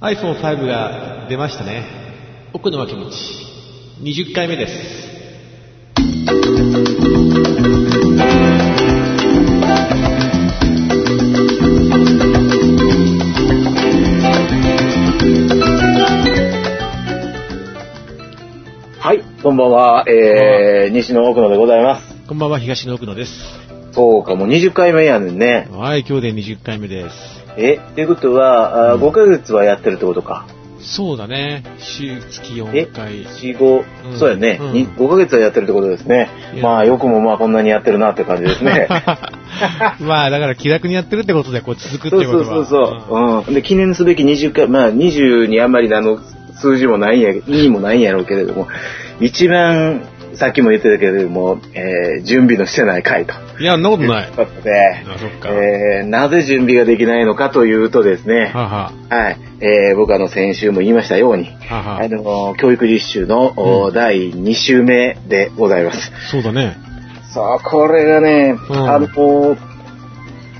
iPhone5 が出ましたね奥の脇道20回目ですはい、こんばんは、えー、西野奥野でございます。こんばんは東の奥野ですそうか、もう20回目やねんね。はい今日で20回目ですえ、っていうことは、あー5ヶ月はやってるってことか。そうだね週月え4回4、5、うんそうやね、うんに5ヶ月はやってるってことですねい。や。まあ、よくもまあこんなにやってるなって感じですね まあだから気楽にやってるってことでこう続くってそういうこそとうそはうそう、うん。で、記念すべき20回、まあ20にあんまりあの、数字もないんや、にもないんやろうけれども、一番、さっきも言ってたけれども、えー、準備のしてない回と。うんいやそんなことないということで、あそっか、えーなぜ準備ができないのかというとですね、はははい、えー僕あの先週も言いましたように、ははあの、教育実習の、おうん第2週目でございます。そうだねさあ、これがね、うんあの、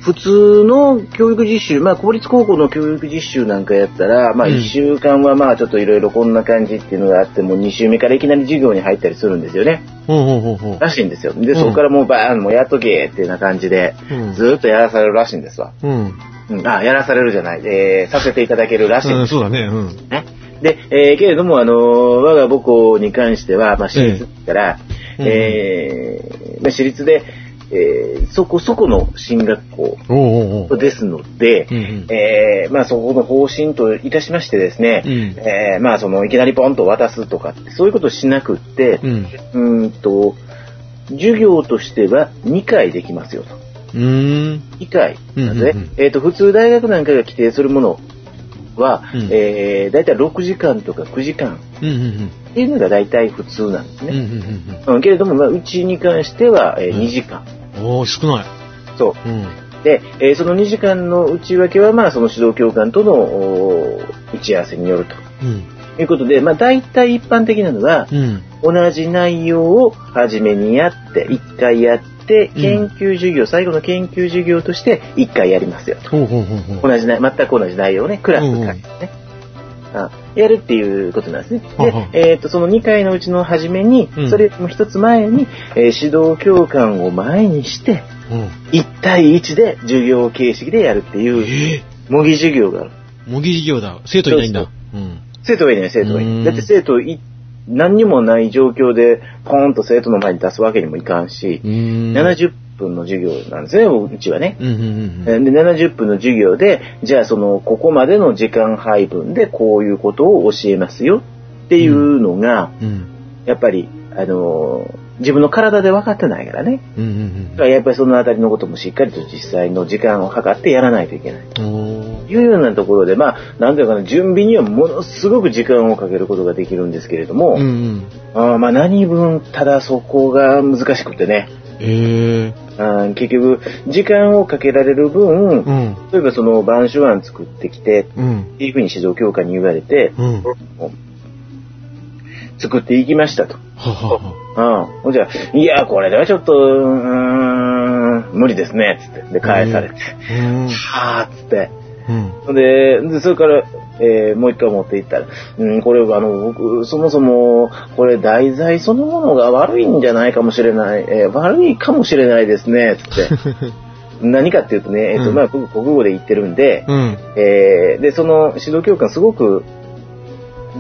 普通の教育実習、まあ、公立高校の教育実習なんかやったら、まあ、うん1週間はまあ、ちょっといろいろこんな感じっていうのがあって、もう2週目からいきなり授業に入ったりするんですよね。ほうほうほうほうらしいんですよ。で、うんそこからもうバーン、もうやっとけっていうような感じで、うんずーっとやらされるらしいんですわ。うん、うん、あ、やらされるじゃない、えーさせていただけるらしいんうでん、すそうだねうんね。で、えーけれども、あのー我が母校に関しては、まあ、私立から、ええーまあ、私立で、えーそこそこの進学校おうおうおうですので、うんうんえーまあ、そこの方針といたしましてですね、うんえーまあ、そのいきなりポンと渡すとかってそういうことをしなくって、うんうーんと授業としては2回できますよと。うーん以外なんですうんね。うんうんえっ、と、普通大学なんかが規定するものは、うんえー、だいたい6時間とか9時間うんうんっていうのが大体普通なんですうんうんね。うんうん、けれども、まあ、うちに関しては、えーうん2時う間。んおお少ないそう。うんで、えーその2時間の内訳は、まあ、その指導教官とのおー打ち合わせによると。うんいうことで、まあ、大体一般的なのは、うん同じ内容を初めにやって、1回やって、うん研究授業、最後の研究授業として1回やりますよと。ほうほうほうほう同じな全く同じ内容をね、クラスで書いてね、あやるっていうことなんですね。はいはいで、えっ、と、その2回のうちの初めに、うんそれよりも一つ前に、えー指導教官を前にして、うん1対1で授業形式でやるっていう、え模擬授業がある。ー、模擬授業だ生徒いないんだそううん生徒がいない、生徒がいうなんい。だって生徒い、何にもない状況で、ポーンと生徒の前に出すわけにもいかんしう、ーん70分の授業なんですね、うちはね。うんうんうんえーで70分の授業で、じゃあその、ここまでの時間配分でこういうことを教えますよっていうのが、うんやっぱり、あのー自分の体で分かってないからね。うんうんだからやっぱりそのあたりのこともしっかりと実際の時間を計ってやらないといけない。うんおーいうようなところで、まあ、なんていうかな、準備にはものすごく時間をかけることができるんですけれども、うんうんあーまあ何分、ただそこが難しくてね、えーあー結局、時間をかけられる分、うん例えばその晩酒案作ってきて、うんっていうふうに指導教官に言われて、うんは作っていきましたと。ははうん。ほんじゃあ、いや、これではちょっと、うーん、無理ですね、つって。で、返されて。うんはぁ、つって。うんほんで、でそれから、えーもう一回持っていったら、うん、これ、あの、僕、そもそも、これ、題材そのものが悪いんじゃないかもしれない、えー悪いかもしれないですね、つって。何かっていうとね、えっ、と、うんまあ、僕、国語で言ってるんで、うんえーで、その指導教官すごく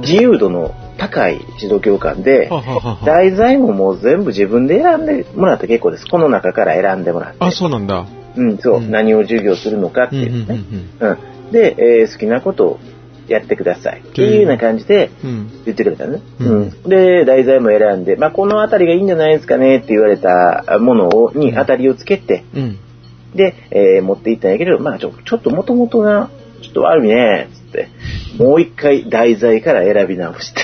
自由度の高い指導教官では、ははは題材ももう全部自分で選んでもらって結構です。この中から選んでもらって。あそうなんだうん、そう、うん何を授業するのかっうてんういうんね。うんで、えー好きなことをやってください。っていうような感じでうんうん言ってくれたのね。ううんん。で、題材も選んで、まあ、このあたりがいいんじゃないですかねって言われたものをに当たりをつけて、うんで、えー持っていったんやけど、まあちょ、ちょっと元々が、ちょっと悪いね、つって。もう一回題材から選び直して。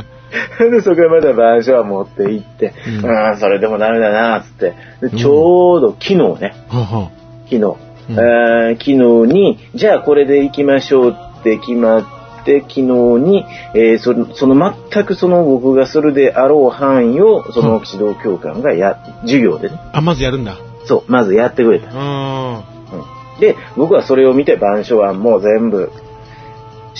で、そこからまた場所は持って行って、うんうん、それでもダメだな、つって。でうんちょうど昨日ね、はは昨日、うんえー昨日に、じゃあこれで行きましょうって決まって、昨日に、えーその、その全くその僕がするであろう範囲を、その指導教官がや、授業でね、あまずやるんだそう、まずやってくれた。あで、僕はそれを見て、板書案も全部、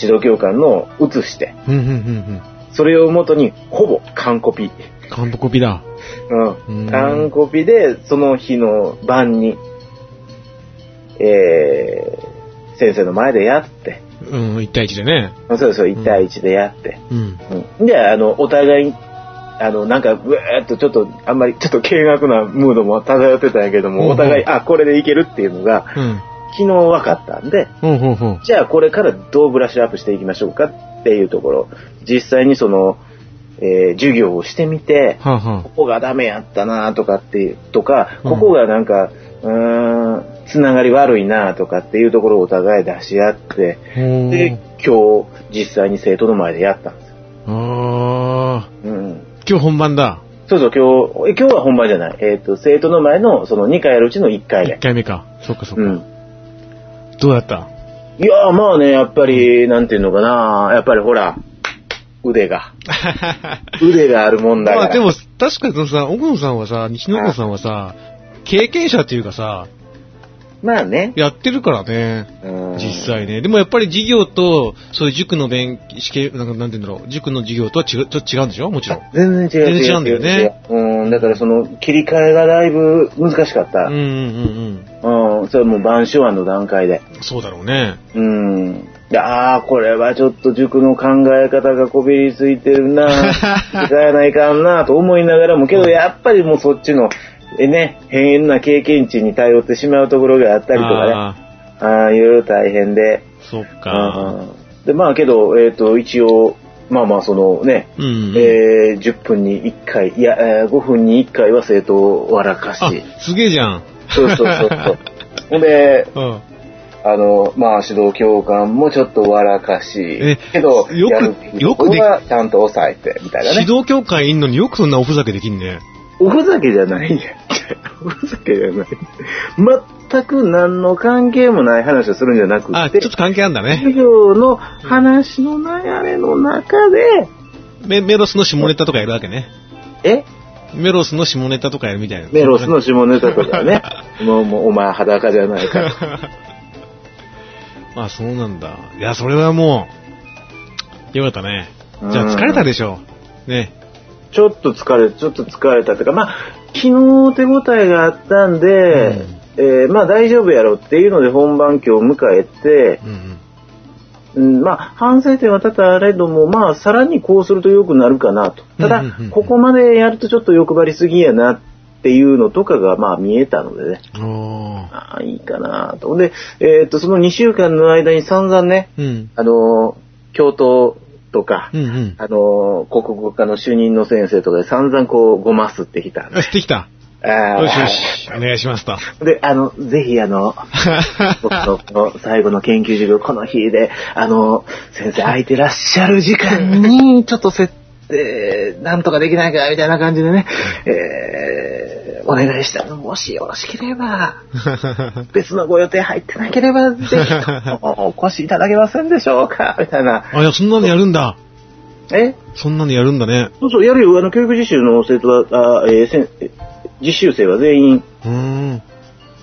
指導教官の写して、うんうんうんうん。それを元に、ほぼ完コピ。完コピだ。ううんん。完コピで、その日の晩に、えー、先生の前でやって、うん、一対一でね。そうそうそう、1対1でやって、うん。うん。で、あの、お互いに、あの、なんか、うえーっと、ちょっと、あんまり、ちょっと軽額なムードも漂ってたんやけどうんうも、んお互い、あ、これでいけるっていうのが、うん。昨日分かったんで、ほうほうほう。じゃあこれからどうブラッシュアップしていきましょうかっていうところ、実際にその、えー授業をしてみて、はあ、はここがダメやったなとかっていう、とか、うんここがなんか、うーん、つながり悪いなとかっていうところをお互い出し合って、あ。ほう。で、今日実際に生徒の前でやったんですよ。ああ。うん。今日本番だ。そうそう、今日、え今日は本番じゃない。えっ、と、生徒の前のその2回やるうちの1回一目。回目か。そっかそっか。うん。どうだ ったいやーまあね、やっぱり、なんていうのかなやっぱりほら、腕が。腕があるもんだかまら。あでも、確かにそのさ、奥野さんはさ、西野子さんはさ、経験者っていうかさ、まあね。やってるからね、うん実。際ね。でもやっぱり授業と、そういう塾の勉、試験、なんかなんて言うんだろう、塾の授業とは違う、ちょっと違うんでしょもちろん。全然違う。全然違うんだよね違う。違ううん、だからその、切り替えがだいぶ難しかったうん。うんうん、それはもう晩秋案の段階で。うん。そうだろうね。うん。でああ、これはちょっと塾の考え方がこびりついてる な使えないかんなと思いながらも、けどやっぱりもうそっちの、えね、変な経験値に頼ってしまうところがあったりとかね。あああ、いろいろ大変で。あ、そっうか。んで、まあけど、えっ、と、一応、まあまあそのね、うんうん。えー10分に1回、いや、えー5分に1回は生徒を笑かし。あ、すげえじゃん。そうそうそう そう。ほんで、うん。あの、まあ、指導教官もちょっと笑かえし、けど、よくやるべきとこよくではちゃんと抑えて、みたいなね。指導協会いんのによくそんなおふざけできんね。おふざけじゃないんやって。おふざけじゃない。全く何の関係もない話をするんじゃなくあ、ちょて、っと関係あんだね。授業の話の流れの中で、メメロスの下ネタとかやるわけね。えメロスの下ネタとかやるみたいな。メロス の下ネタとかね。もう、もう、お前裸じゃないか。あ、そうなんだ。いや、それはもう、よかったね。じゃあ疲れたでしょう。ね。ちょっと疲れ、ちょっと疲れたというか、まあ、昨日手応えがあったんで、えーまあ大丈夫やろっていうので本番今日迎えて、うんうん、まあ反省点は多々あれども、まあさらにこうすると良くなるかなと。たうんだうんうんうん、ここまでやるとちょっと欲張りすぎやなっていうのとかがまあ見えたのでね、うん。おー。ああ、いいかなと。で、えーっと、その2週間の間に散々ね、うん。あのー教頭とか、うんうん。あのー国語科の主任の先生とかで散々こう、ごますってきた んであ、。してきた。あーよしよし。お願いしますと。 で、あの、ぜひあの、僕のこの最後の研究授業、この日で、あの、先生空いてらっしゃる時間に、 ちょっと設定、なんとかできないか、みたいな感じでね、 えー、お願いしたの、もしよろしければ、別のご予定入ってなければ、ぜひともお越しいただけませんでしょうか、みたいな。あ、いや、そんなのやるんだ。えそんなのやるんだね。そうそう、やるよ。あの、教育実習の生徒は、あえーせんえ実習生は全員、うーん。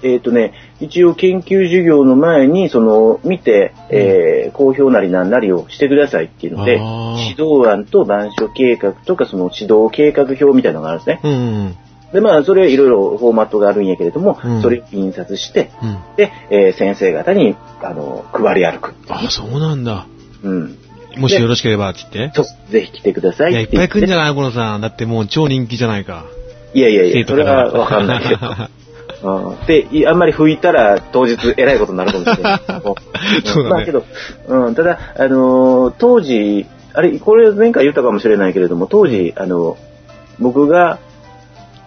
えっ、とね、一応研究授業の前に、その、見て、えー、公表なりなんなりをしてくださいっていうので、あー指導案と板書計画とか、その指導計画表みたいなのがあるんですね。うんうんで、まあ、それはいろいろフォーマットがあるんやけれども、うんそれを印刷して、うん。うん。で、えー先生方に、あの、配り歩く。あ、そうなんだ。うん。もしよろしければ、つって。ちょぜひ来てくださいいや、いっって言ぱてい来るんじゃないこのさん。だってもう超人気じゃないか。いやいやい生や、そ徒れからはわかんないけど。うんで、いあんまり吹いたら当日偉いことになるかもし れない。そうだねまあけど、うん、ただ、あのー当時、あれ、これ前回言ったかもしれないけれども、当時、あの、僕が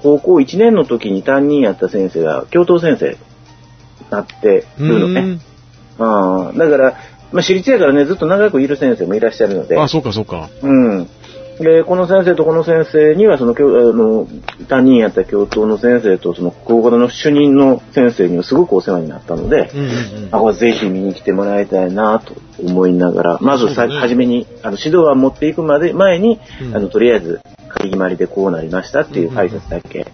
高校1年の時に担任やった先生が教頭先生になって うるのね。ん。うん、だから、まあ、私立やからね、ずっと長くいる先生もいらっしゃるので、あ、そうかそうか。うん。で、この先生とこの先生には、その、教あの、担任やった教頭の先生と、その、国語科の主任の先生にはすごくお世話になったので、うんうんうん。あ、これぜひ見に来てもらいたいなと思いながら、まずそさ、うだね初めに、あの、指導案持っていくまで、前に、うんあの、とりあえず、仮決まりでこうなりましたっていう挨拶だけ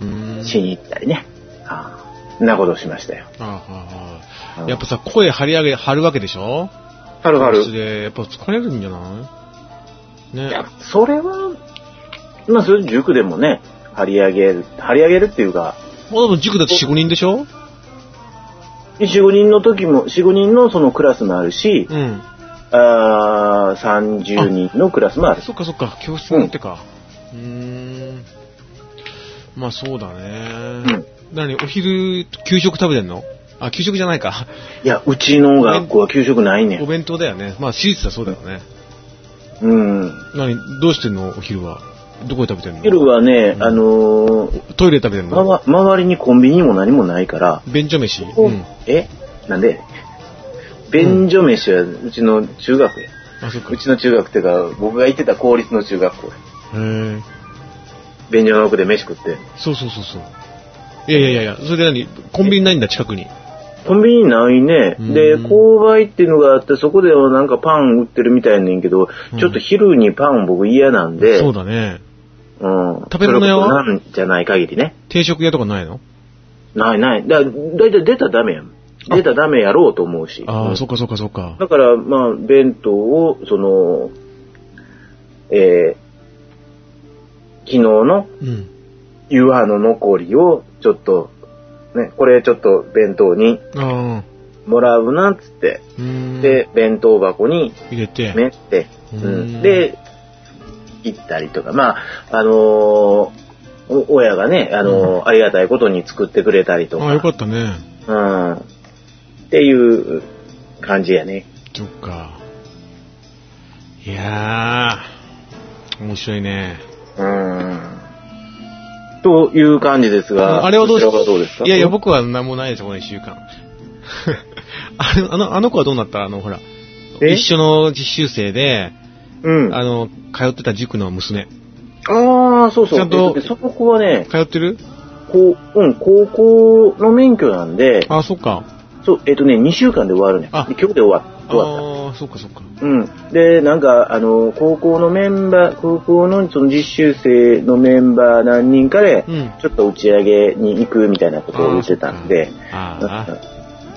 うーんしに行ったりね。ああ、んなことをしましたよ。ああああうんやっぱさ、声張り上げ、張るわけでしょはるはる教室で、やっぱ疲れるんじゃないいねや。、それは、まあ、それ塾でもね、張り上げる、張り上げるっていうか、まあでも塾だって4、5人でしょ4、5人の時も、4、5人のそのクラスもあるし、うん。あー30人のクラスもある。そっかそっか、教室になってか。うーん。まあそうだね。何、お昼、給食食べてんのあ、給食じゃないか。いや、うちの学校は給食ないねおん。弁当だよね。まあ私立だそうだよね。うん。何、どうしてんのお昼は。どこで食べてんの昼はね、うんあのートイレで食べてんまのわ、周りにコンビニも何もないから、便所飯。うん。えなんで便所飯はうちの中学や。あ、そっか。うちの中学っていうか、僕が行ってた公立の中学校や。へえ。便所の奥で飯食って。そうそうそうそう。いやいやいやいや、それで何コンビニないんだ、近くに。コンビニないね。うんで、購買っていうのがあって、そこではなんかパン売ってるみたいねんけど、うんちょっと昼にパン僕嫌なんで、そうだね。うん。食べ物屋はそれこそなんじゃない限りね。定食屋とかないのないない。だ、だいたい出たらダメやん。出たらダメやろうと思うし。ああ、うんそっかそっかそっか。だから、まあ、弁当を、その、えー、昨日のうん。湯葉の残りを、ちょっと、ね、これちょっと弁当にああ。もらうな、つって。うーん。で、弁当箱に入れて。ねって、ううんん、で行ったりとかまああのーお親がね、あのーありがたいことに作ってくれたりとかああ、よかったね。うん、っていう感じやねそっか。いやー、面白いね。うんという感じですがあれはどうこちらはどうですかいやいや、僕は何もないです、この一週間。 あれあの、あの子はどうなったあの、ほら。え一緒の実習生で、うんああの、通ってた塾の娘。あーそうそうちゃんとえっその子はね通ってるこう、うん、高校の免許なんでああ、そっか。そうえっ、とね2週間で終わるねあで今日で終わった終わったああ、そっかそっか。うん。で、なんか、あの、高校のメンバー、高校のその実習生のメンバー何人かでう、ん。ちょっと打ち上げに行くみたいなことを言ってたんで、あうーあ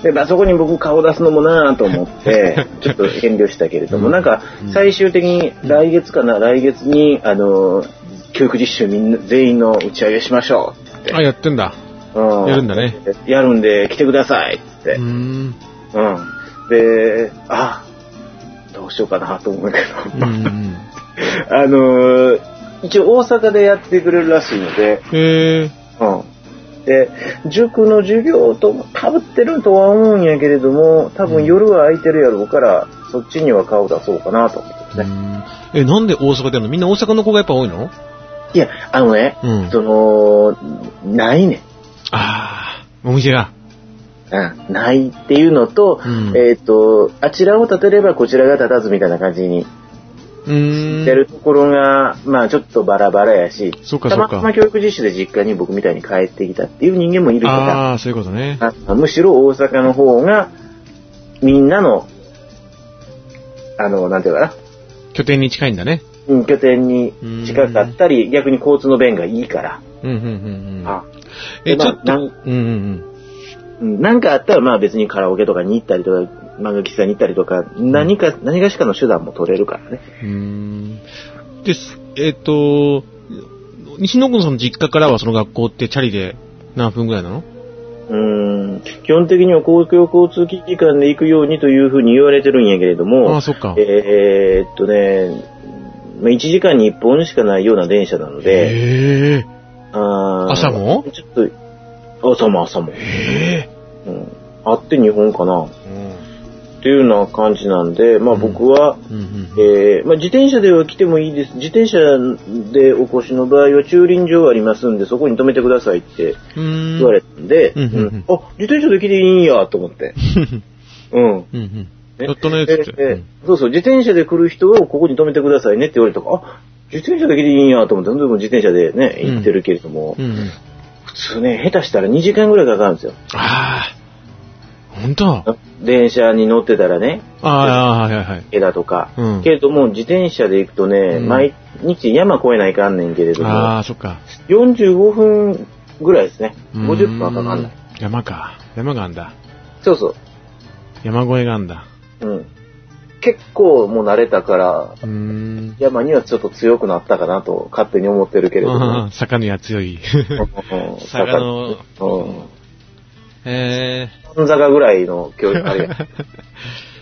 ー。んで、まあ、そこに僕顔出すのもなぁと思 って、ちょっと遠慮したけれども、うんなんかうん、最終的に来月かな、来月に、あの、教育実習みんな、全員の打ち上げしましょあ、やってんだ。う。うんやるんだね。やるんで、来てくださいっつっうてー。ん。うん。で、あ、どうしようかなと思うけうど。ん。 あのー一応大阪でやってくれるらしいので、へ え。うん。で、塾の授業とも被ってるとは思うんやけれども、多分夜は空いてるやろうから、そっちには顔出そうかなと思ってますうね。んえ、なんで大阪でやるのみんな大阪の子がやっぱ多いのいや、あのね、うん。その、ないね。ああ、お店が。うん、ないっていうのと、うんえっ、と、あちらを立てればこちらが立たずみたいな感じにうーん。やるところが、まあちょっとバラバラやし、そうかたそうまかたま教育実習で実家に僕みたいに帰ってきたっていう人間もいるから、ああ、そういうことね。あむしろ大阪の方が、みんなの、あの、なんていうかな、拠点に近いんだね。うん拠点に近かったり、逆に交通の便がいいから。うんうんうんうん。あえ、でちまょあっと、なうんうんんうん。うんなんかあったら、まあ別にカラオケとかに行ったりとか、漫画喫茶に行ったりとか、何か、何かしかの手段も取れるからね。うーん。です。えっと、西野君さんの実家からはその学校ってチャリで何分ぐらいなのうん、基本的には公共交通機関で行くようにというふうに言われてるんやけれどああ、も、そっか。えーっとね、まあ1時間に1本しかないような電車なので、へえ。あー朝もちょっと、朝も朝も。へえ。うん。あって日本かなっうんていうような感じなんで、まあうん僕は、うんうん。えーまあ自転車では来てもいいです。自転車でお越しの場合は駐輪場ありますんで、そこに止めてくださいってうーん。言われたんで、うんうんうんあ、自転車で来ていいんやと思って。 うん。うんうん。ねやったね、えつっーえてー。そうそう、自転車で来る人はここに止めてくださいねって言われたから、あ、自転車で来ていいんやと思って、全然自転車でね、行ってるけれども、うんうん。普通ね、下手したら2時間ぐらいかかるんですよ。ああ。ほんとあ電車に乗ってたらね、あ、はいはいはい。枝とか。うんけれども、自転車で行くとね、うん毎日山越えないかんねんけれどあも、あ、そっか。 45分ぐらいですね。うーん50分はかかんない。。山か。山があんだ。そうそ山越えがあんだ。う。うん。結構もう慣れたから、うーん。山にはちょっと強くなったかなと勝手に思ってるけれども。あー 魚には強い。うん坂のうん。え半坂ぐらいの距離あれや。ー。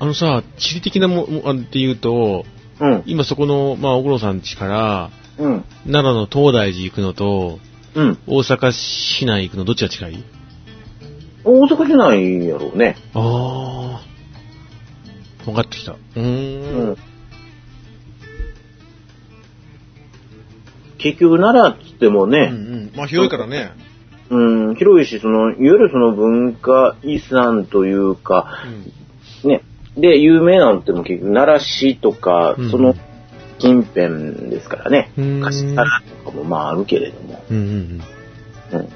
あのさ、地理的なももあって言うと、うん。今そこの、まあ、小黒さん家から、うん。奈良の東大寺行くのと、うん。大阪市内行くのどっちが近い大阪じゃないやろうね。ああ。分かってきた。ううーん。ん。結局奈良っつってもうね、んうん。まあ、広いからね。うん、広いし、その、いわゆるその文化遺産というか、ね、で、有名なのっても結局、奈良市とか、うんその近辺ですからね。うん昔からとかもまああるけれども。うんうんうん。うん。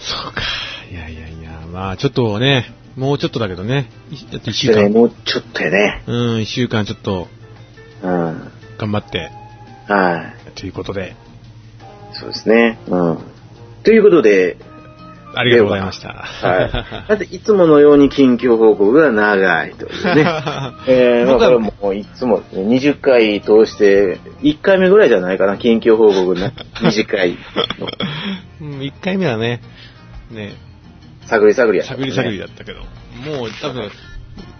そうか。いやいやいや、まあ、ちょっとね、もうちょっとだけどね。いだって一週でね、間。もうちょっとやね。うん、一週間ちょっとうん。頑張って、はい。ということで、そうですね。うん。ということで、ありがとうございました。 はい。だっていつものように近況報告が長いというね。 えー、まあ僕こはれもういつもですね20回通して、1回目ぐらいじゃないかな、近況報 告な短いの。うん、1回目はね、ね、探り探りやった、探り探りだったけど、もう多分、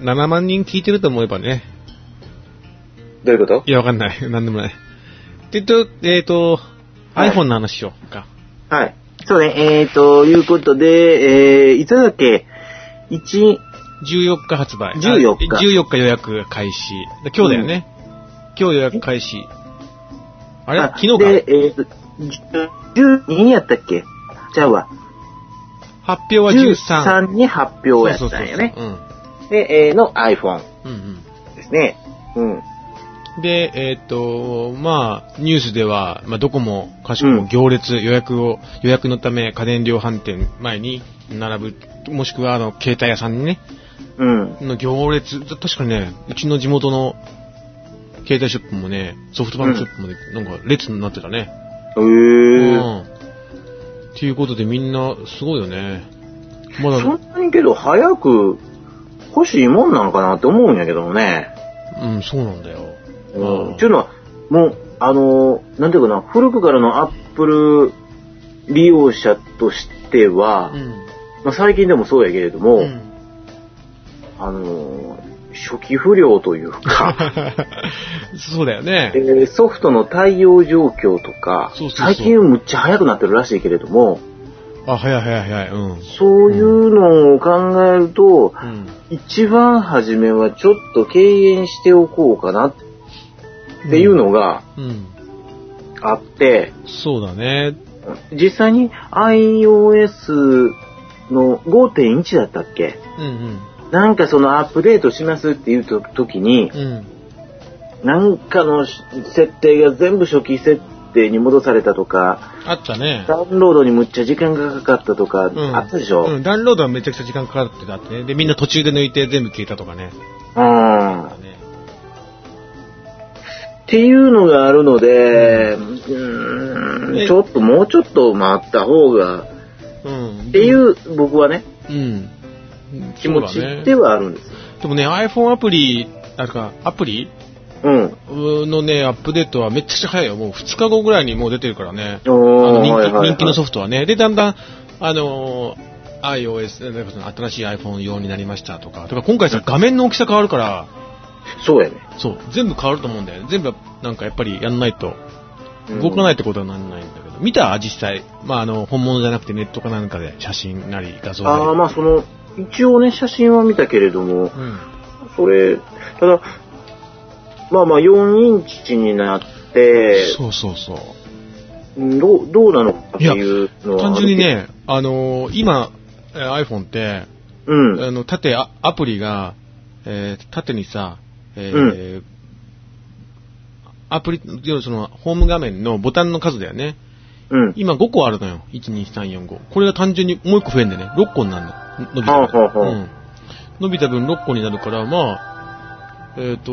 7万人聞いてると思えばね、どういうこといや、わかんない。 なんでもない。えっと、えっ、と、はい iPhone の話しようか。はい。そうね、えー、ということで、えー、いつだっけ、1、 14日発売。 14日あ14日予約開始。で今日だよね。今日予約開始。あれ昨日でか。、えー、と、12やったっけちゃうわ。発表は13。 13に発表やったんやねそ。うそうで、えー、の iPhone そううん。うんですね。うん。うん。で、えっ、と、まあ、ニュースでは、まあ、どこも、かしこも行列、予約を、予約のため家電量販店前に並ぶ、もしくは、あの、携帯屋さんにね、うん。の行列、た確かにね、うちの地元の携帯ショップもね、ソフトバンクショップもね、なんか列になってたね。えうー。ん。っていうことでみんな、すごいよね。まだ、そうんなにけど早く欲しいもんなのかなって思うんやけどもね。ん、そうなんだよ。ううんん。ちゅうのは、もう、あのー、なんていうかな、古くからのアップル利用者としては、うん。まあ、最近でもそうやけれども、 うん。あのー、初期不良とい うか、そうだよねえ。ーソフトの対応状況とかそうそうそう最近むっちゃ早くなってるらしいけれども、あ、早い早い早い。うん。そういうのを考えると、うん。一番初めはちょっと敬遠しておこうかなっていうのがうん。あって、そうだね。実際に iOS の5.1だったっけうんなんかそのアップデートしますっていうと時にうん。、うん。なんかの設定が全部初期設定に戻されたとか、あったね。ダウンロードにむっちゃ時間がかかったとか、うんあったでしょ、うん、ダウンロードはめちゃくちゃ時間かかってたってね。で、みんな途中で抜いて全部消えたとかね。うんだねっていうのがあるので、うーえん、ちょっともうちょっと待った方が、うん。っていう僕はね、うん。気持ちそうだねではあるんですよ。でもね、iPhone アプリ、なんか、アプリうん。のね、アップデートはめっちゃ早いよ。もう2日後ぐらいにもう出てるからね。あおのー人気はいはいはい人気のソフトはね。で、だんだん、あのー iOS、なんかその新しい iPhone 用になりましたとか。とか今回さ、画面の大きさ変わるから、そうやね。そう、全部変わると思うんだよね。全部、なんかやっぱりやんないと、動かないい。ってことはなんないんだけど。見た実際。まあ、あの、本物じゃなくてネットかなんかで写真なり画像ああ、なまあその、一応ね、写真は見たけれどもり。、うん。それ、ただ、まあまあ4インチになって、そうそうそう。うんどう、どうなのかっていうのは。単純に。ね、あのー今、えー iPhone って、うん。あの、縦、あアプリが、えー縦にさ、えーアプリ、要はその、ホーム画面のボタンの数だよね。うん。今5個あるのよ。1、2、3、4、5。これが単純にもう1個増えんだよね。6個になるの。伸びたはあはあ分。はあうん。伸びた分6個になるから、まあ、えっ、と、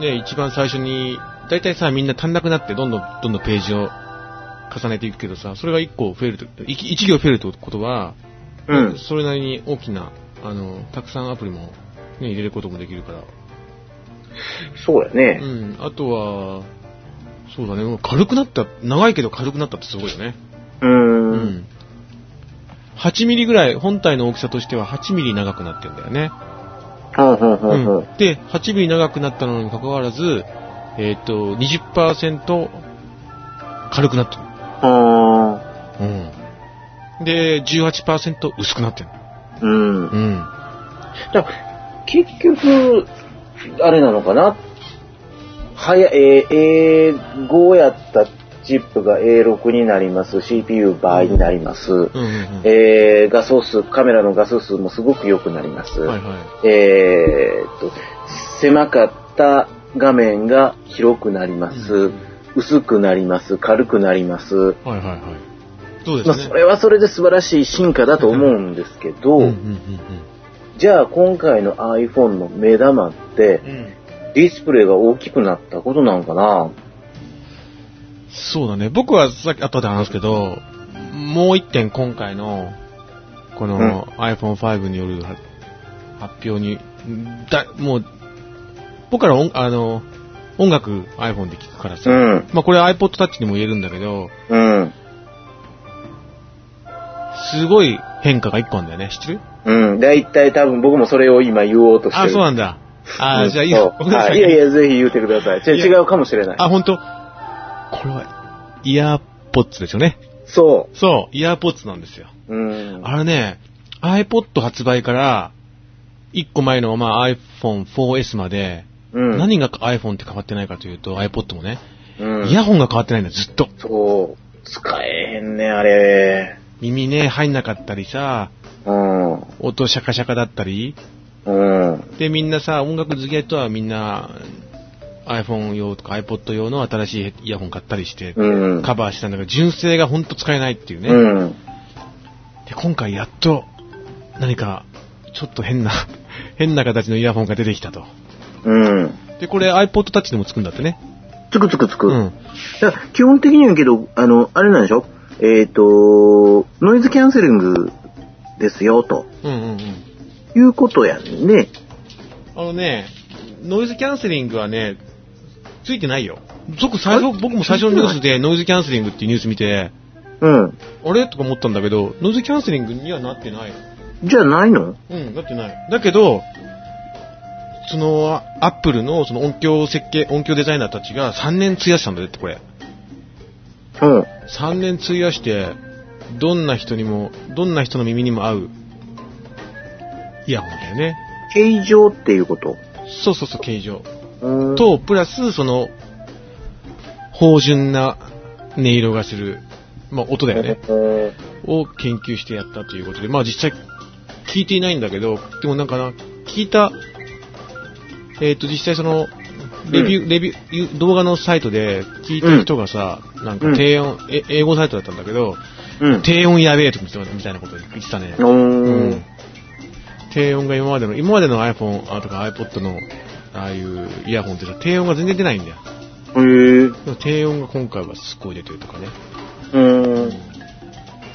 ね、一番最初に、だいたいさ、みんな足んなくなって、どんどん、どんどんページを重ねていくけどさ、それが1個増えると、1行増えるってことは、うん。それなりに大きな、あの、たくさんアプリもね、入れることもできるから。そうやねう。ん、あとは、そうだね、もう軽くなった、長いけど軽くなったってすごいよね。う。うんん。8ミリぐらい、本体の大きさとしては8ミリ長くなってんだよね。うん、うん、う、うんうん。ん。で、8ミリ長くなったのにもかかわらず、えっ、と、20%軽くなってある。うん。で、18%薄くなってる。ーううん。ん。だから結局、あれなのかなはや、えー、A5 やったチップが A6 になります。CPU 倍になります。うんうんえー、画素数、カメラの画素数もすごく良くなります。うん。はいはえーっと、狭かった画面が広くなりまい。す。うん薄くなります。軽くなります。はいはいはい。そうでますあ、ね。それはそれで素晴らしい進化だと思うんですけど、うんうんじゃあ今回の iPhone の目玉ってうんう、ん。ディスプレイが大きくなったことなんかなそうだね。僕はさっき後で話すけど、もう一点今回の、こうんの iPhone5 によるは発表に、だ、もう、僕ら音、あの、音楽 iPhone で聞くからさ、ん。まあこれ iPod Touch にも言えるんだけど、うん。すごい変化が一個あるんだよね。知ってるうん。だいたい多分僕もそれを今言おうとしてあ、る。そうなんだ。あ、うんじゃあいいそうよ。ごめんなさはい。いやいや、ぜひ言ってください。ちょいや違うかもしれない。あ、ほんと。これは、イヤーポッツですよね。そそう、イヤーポッツなんですよ。う。うん。あれね、iPod 発売から、一個前の、まあ、iPhone4S まで、うん。何が iPhone って変わってないかというと、iPod もね、うん。イヤホンが変わってないんだよ、ずっと。そう。使えへんね、あれ。耳ね、入んなかったりさ、うん。音シャカシャカだったり。うん。で、みんなさ、音楽好きやとはみんな、iPhone 用とか iPod 用の新しいイヤホン買ったりして、うん。カバーしてたんだけど、純正がほんと使えないっていうね。うん。で、今回やっと、何か、ちょっと変な、 変な形のイヤホンが出てきたと。うん。で、これ iPod Touch でもつくんだってね。つくつくつく。うん。だから基本的にはけど、あの、あれなんでしょえっ、と、ノイズキャンセリングですよ、とうんうんうん。いうことやんね。あのね、ノイズキャンセリングはね、ついてないよ。僕最初、僕も最初のニュースでノイズキャンセリングっていうニュース見て、うん。あれとか思ったんだけど、ノイズキャンセリングにはなってない。じゃあないのうん、なってない。だけど、その、アップルのその音響設計、音響デザイナーたちが3年費やしたんだって、これ。うん。 3年費やして、どんな人にも、どんな人の耳にも合う、イヤホンだよね。形状っていうこと。そうそうそう、形状。うん、と、プラス、その、芳醇な音色がする、まあ、音だよね。うんを研究してやったということで、まあ、実際、聞いていないんだけど、でもなんかな、聞いた、えっ、と、実際その、レビュー、レビュー、動画のサイトで聞いた人がさ、なんか低音、え英語サイトだったんだけど、うん。低音やべえとか言ってたみたいなこと言ってたね。うん。低音が今までの、今までの iPhone あとか iPod の、ああいうイヤホンってさ、低音が全然出ないんだよ。へえ。でも低音が今回はすっごい出てるとかね。うん。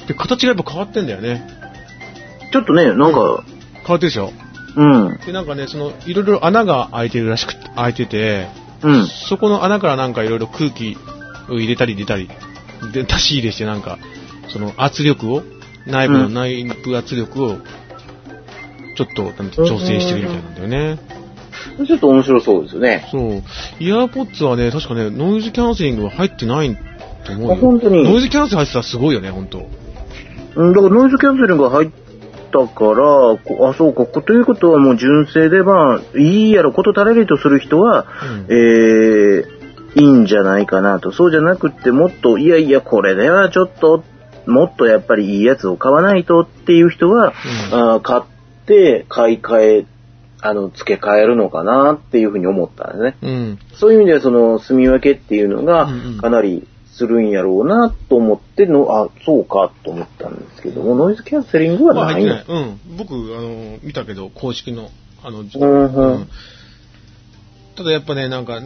で、形がやっぱ変わってんだよね。ちょっとね、なんか、変わってるでしょうん。で、なんかね、その、いろいろ穴が開いてるらしくて、開いてて、うん。そこの穴からなんかいろいろ空気を入れたり出たり、で、出し入れしてなんか、その圧力を、内部のうん内部圧力を、ちょっと、なんて調整してるみたいなんだよね。ちょっと面白そうですよね。そう。イヤーポッツはね、確かね、ノイズキャンセリングは入ってないと思うよ。あ本当にノイズキャンセル入ってたらすごいよね、本当うん、だからノイズキャンセリングが入ったから、こあ、そうか、こということはもう純正で、まあ、いいやろ、こと足られりとする人は、うんえー、いいんじゃないかなと。そうじゃなくって、もっと、いやいや、これではちょっと、もっとやっぱりいいやつを買わないとっていう人は、うあー買って、買い替え、あの、付け替えるのかなっていうふうに思ったんですね。うん。そういう意味では、その、住み分けっていうのがうんうん、かなりするんやろうなと思っての、あ、そうかと思ったんですけども、ノイズキャンセリングはまあない入っての、ない。うん。僕、あの、見たけど、公式の、あの、んうんただやっぱね、なんか、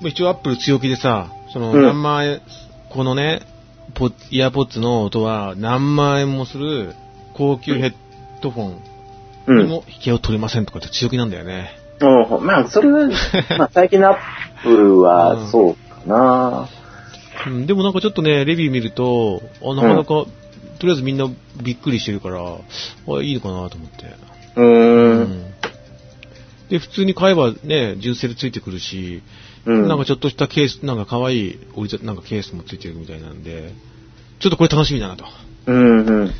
一応アップル強気でさ、その、うん何万円、このね、ポイヤーポッツの音は何万円もする高級ヘッドフォン、うんにも引けを取れませんとかって強気なんだよね。うん、まあ、それは、 まあ、最近のアップうはんそうかな。うん、でもなんかちょっとね、レビュー見ると、あなかなか、とりあえずみんなびっくりしてるから、あいいのかなと思って。うーん。で、普通に買えばね、純正でついてくるし、うん。なんかちょっとしたケース、なんか可愛い折りたなんかケースもついてるみたいなんで、ちょっとこれ楽しみだなと。うんうん。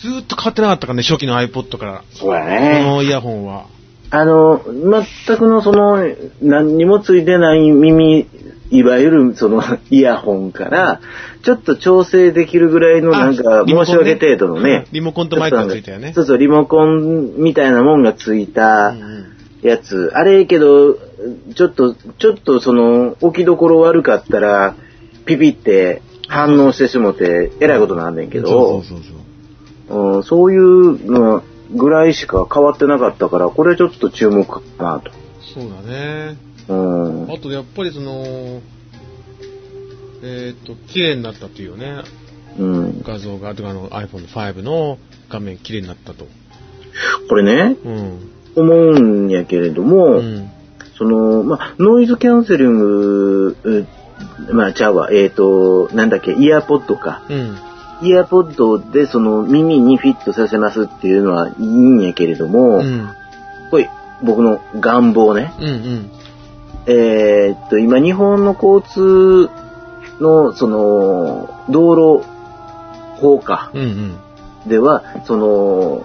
ずーっと買ってなかったからね、初期の iPod から、そうだこね。のイヤホンは。あの、全くのその、何にもついてない耳、いわゆるその イヤホンから、ちょっと調整できるぐらいのなんあかリモ申コしンね訳程度のね。リモコンとマイクがついたよねそうそう、リモコンみたいなもんがついたうんうんやつ。あれけど、ちょっと、ちょっとその、置きどころ悪かったら、ピピって反応してしもて、えらいことなんねんけど。そうそうそうそう。うん、そういうのぐらいしか変わってなかったから、これちょっと注目かなそうだね。と。うん。あとやっぱりその、えっ、と、綺麗になったというね、うん。画像が、とかあの iPhone5 の画面綺麗になったと。これね、うん。思うんやけれどうも、ん。その、まあ、ノイズキャンセリング、うまあ、ちゃうわ、えっ、と、なんだっけ、イヤーポッドか。うん。イヤーポッドでその耳にフィットさせますっていうのはいいんやけれども、うん。これ僕の願望ね。うんうん。えーっと、今、日本の交通の、その、道路法か、うんうん。では、その、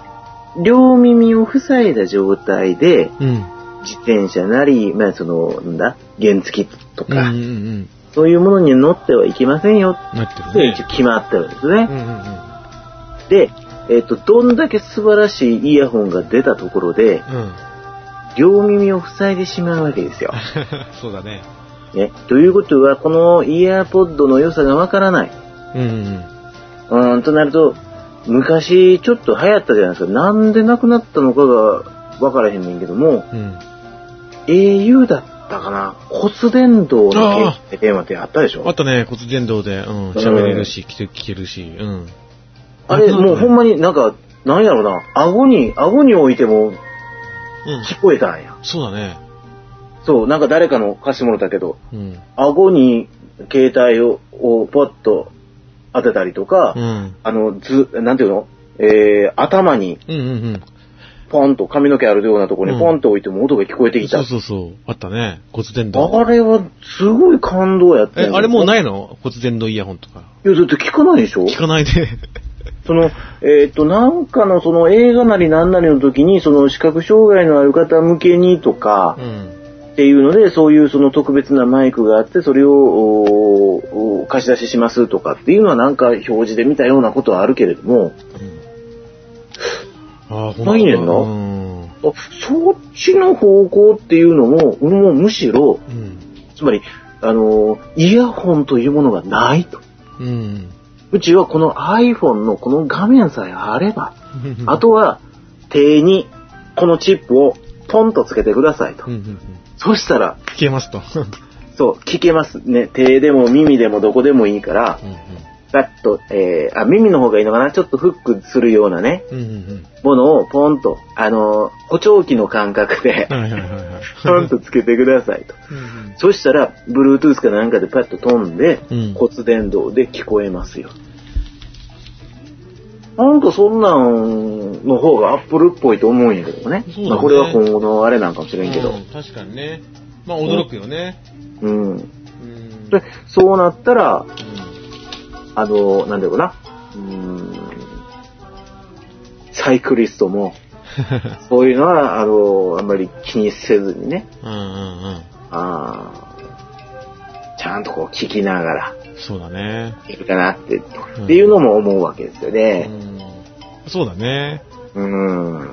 両耳を塞いだ状態で、うん。自転車なり、まあ、その、なんだ、原付とうんうんか、うん。そういうものに乗ってはいけませんよなっっててる一ね応。決まってるんですねう。んうんで、えーっと、どんだけ素晴らしいイヤホンが出たところで、うん。うん。両耳を塞いでしまうわけですよ。そうだね。ね、ということは、このイヤーポッドの良さがわからない。うんうんうーん、となると、昔ちょっと流行ったじゃないですか。なんでなくなったのかが分からへんねんけども、うん。うん。 au だったかな骨伝導の携帯電話ってあったでしょああとね、骨伝導で、うん、喋れるし、聞け聞けるし、うん。れ、あったねもうほんまになんか、なんやろな、顎に、顎に置いてうもん。聞こえたんや。そうだね。そう、なんか誰かの貸し物だけど、うん。顎に携帯を、をポッと当てたりとか、うん。あの、ず、なんていうのえー、頭にうんうんポンと髪の毛あるようなところにポンと置いても音が聞こえてうん。きそたうそうそう。あったね。骨伝導。あれはすごい感動やったえ、よあれもういないの骨伝導イヤホンとか。や、だって聞かないでしょ聞かないで。その、えーっ、と、なんかのその映画なりなんなりの時に、その視覚障害のある方向けにと かう、ん。っていうので、そういうその特別なマイクがあって、それをおお貸し出ししますとかっていうのはなんか表示で見たようなことはあるけれども、ああ、ほんないねんなのあそっちの方向っていうのも、もうむしろ、うん。つまり、あの、イヤホンというものがないと。 うん。うちはこの iPhone のこの画面さえあれば、うん。あとは手にこのチップをポンとつけてくださいと。うん、うんうん。そしたら、聞け ますと。そう、聞けますね。手でも耳でもどこでもいいからう、んガッと、えー、あ、耳の方がいいのかなちょっとフックするようなね、うん。うんうんものをポンと、あのー補聴器の感覚でう、ん。はいはいはいはい。ポンとつけてくださいと。うんうん。そしたら、Bluetooth かなんかでパッと飛んで、うん骨伝導で聞こえますよ。なんかそんなんの方がアップルっぽいと思うんやけどね。そうだねまあこれは今後のあれなんかもしれんけどう。ん確かにね。まあ驚くよね。うん。うん。で、そうなったら、うんあの、なんだろうな。うーん。サイクリストも、そういうのは、あの、あんまり気にせずにね。うんうんあーちゃんとこう聞きながら。うん。そうだね。いるかなって、んっていうのも思うわけですようね。ん。そうだね。うん。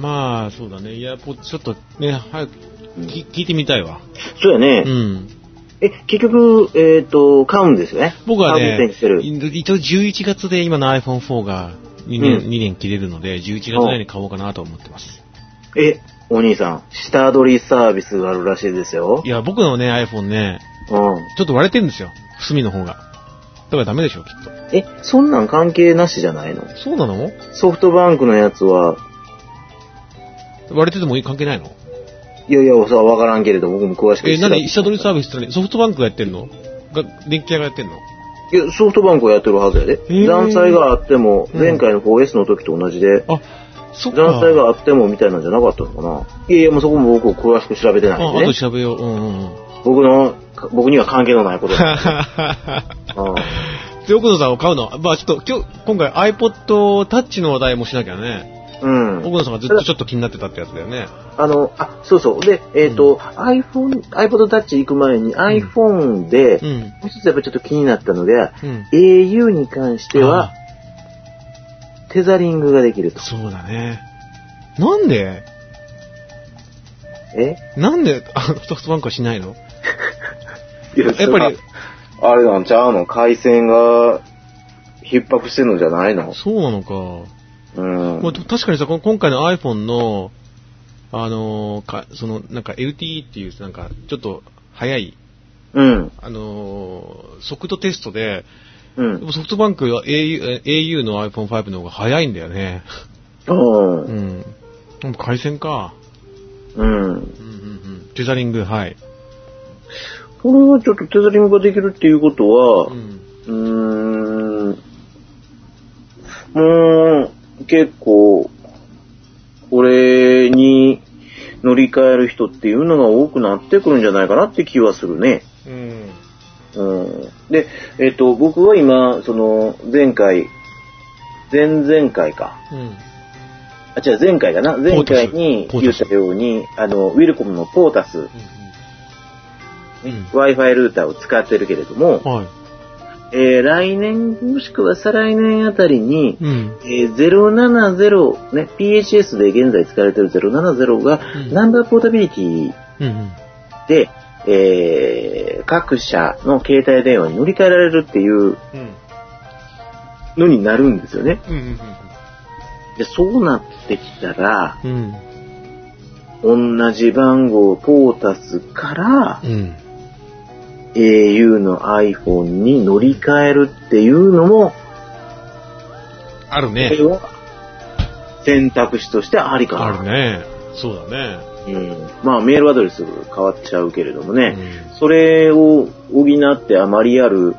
まあ、そうだね。いや、ぽちょっとね、早くうんき聞いてみたいわ。そうやね。うん。え、結局、えっ、と、買うんですよね。僕はね買う運転して、る。い一応11月で今の iPhone4 が2年、う2ん年切れるので、11月内に買おうかなと思ってます。え、お兄さん、下取りサービスがあるらしいですよい。や、僕のね、iPhone ね、うん。ちょっと割れてるんですよ。隅の方が。ったらダメでしょ、きっと。え、そんなん関係なしじゃないのそうなのソフトバンクのやつは、割れててもいい関係ないのいやいや、それはわからんけれど、僕も詳しくえ知ならんなでい一社取りサービスって何ソフトバンクがやってんのが、電気屋がやってんのいや、ソフトバンクはやってるはずやで。ー残債があっても、うん前回の 4S の時と同じで、あ、そっか。残債があってもみたいなんじゃなかったのかないやいや、もうそこも僕詳しく調べてないんあ、であとね。調べよう。うんうん う ん。僕の、か僕には関係 のないことだ。うんで、奥野さんを買うの。まあちょっと、今日、今回 iPod Touch の話題もしなきゃね。うん。奥野さんがずっとちょっと気になってたってやつだよね。あの、あ、そうそう。で、えっ、と、iPhone、iPod Touch 行く前に iPhone で、うもん。う一つやっぱちょっと気になったのが、うん。 au に関しては、テザリングができるあ、と。そうだね。なんでえなんで、あの、ソフトバンクはしないのややっぱり、あれなんちゃうの回線が、逼迫してんのじゃないのそうなのか。うんまあ、確かにさ、この今回の iPhone の、あのーか、その、なんか LTE っていう、なんか、ちょっと、早い、うん。あのー速度テストで、うん。ソフトバンクは au, え au の iPhone5 の方が早いんだよね。う。うんん。でも回線か。うん。うんうんうん。テザリング、はい。これはちょっとテザリングができるっていうことは、うん。うーんもう、結構、これに乗り換える人っていうのが多くなってくるんじゃないかなって気はするね。うん。うん、で、えっ、と、僕は今、その、前回、前々回か。うん。あ、違う、前回かな。前回にポー言タっスたように、あの、ウィルコムのポータス、うん。 Wi-Fi ルーターを使ってるけれども、はい。えー来年、もしくは再来年あたりに、うん。えー070、ね、PHS で現在使われている070が、うんナンバーポータビリティうんうん。で、えー各社の携帯電話に乗り換えられるっていううん。のになるんですよね。うんで、そうなってきたら、うん。うん。同じ番号ポータスからうん。 au の iPhone に乗り換えるっていうのも、あるこねれ。は選択肢としてありかな。あるね。そうだね。うん、まあメールアドレス変わっちゃうけれどもね、うそれを補ってあまりある、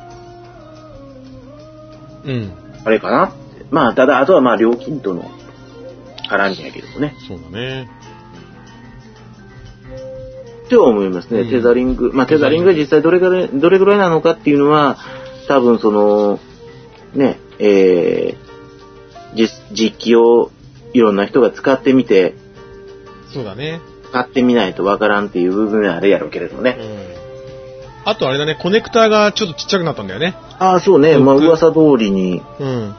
うん。あれかなって。まあただ、あとはまあ料金との絡みやけどもね。そうだね。っては思いますね、うんテザリング。まあテザリングが実際どれぐらい、どれぐらいなのかっていうのは、多分その、ね、えー、実、実機をいろんな人が使ってみて、そうだね。使ってみないとわからんっていう部分はあるやろうけれどもね。うん。あとあれだね、コネクターがちょっとちっちゃくなったんだよね。ああ、そうね。まあうん噂通りにうん。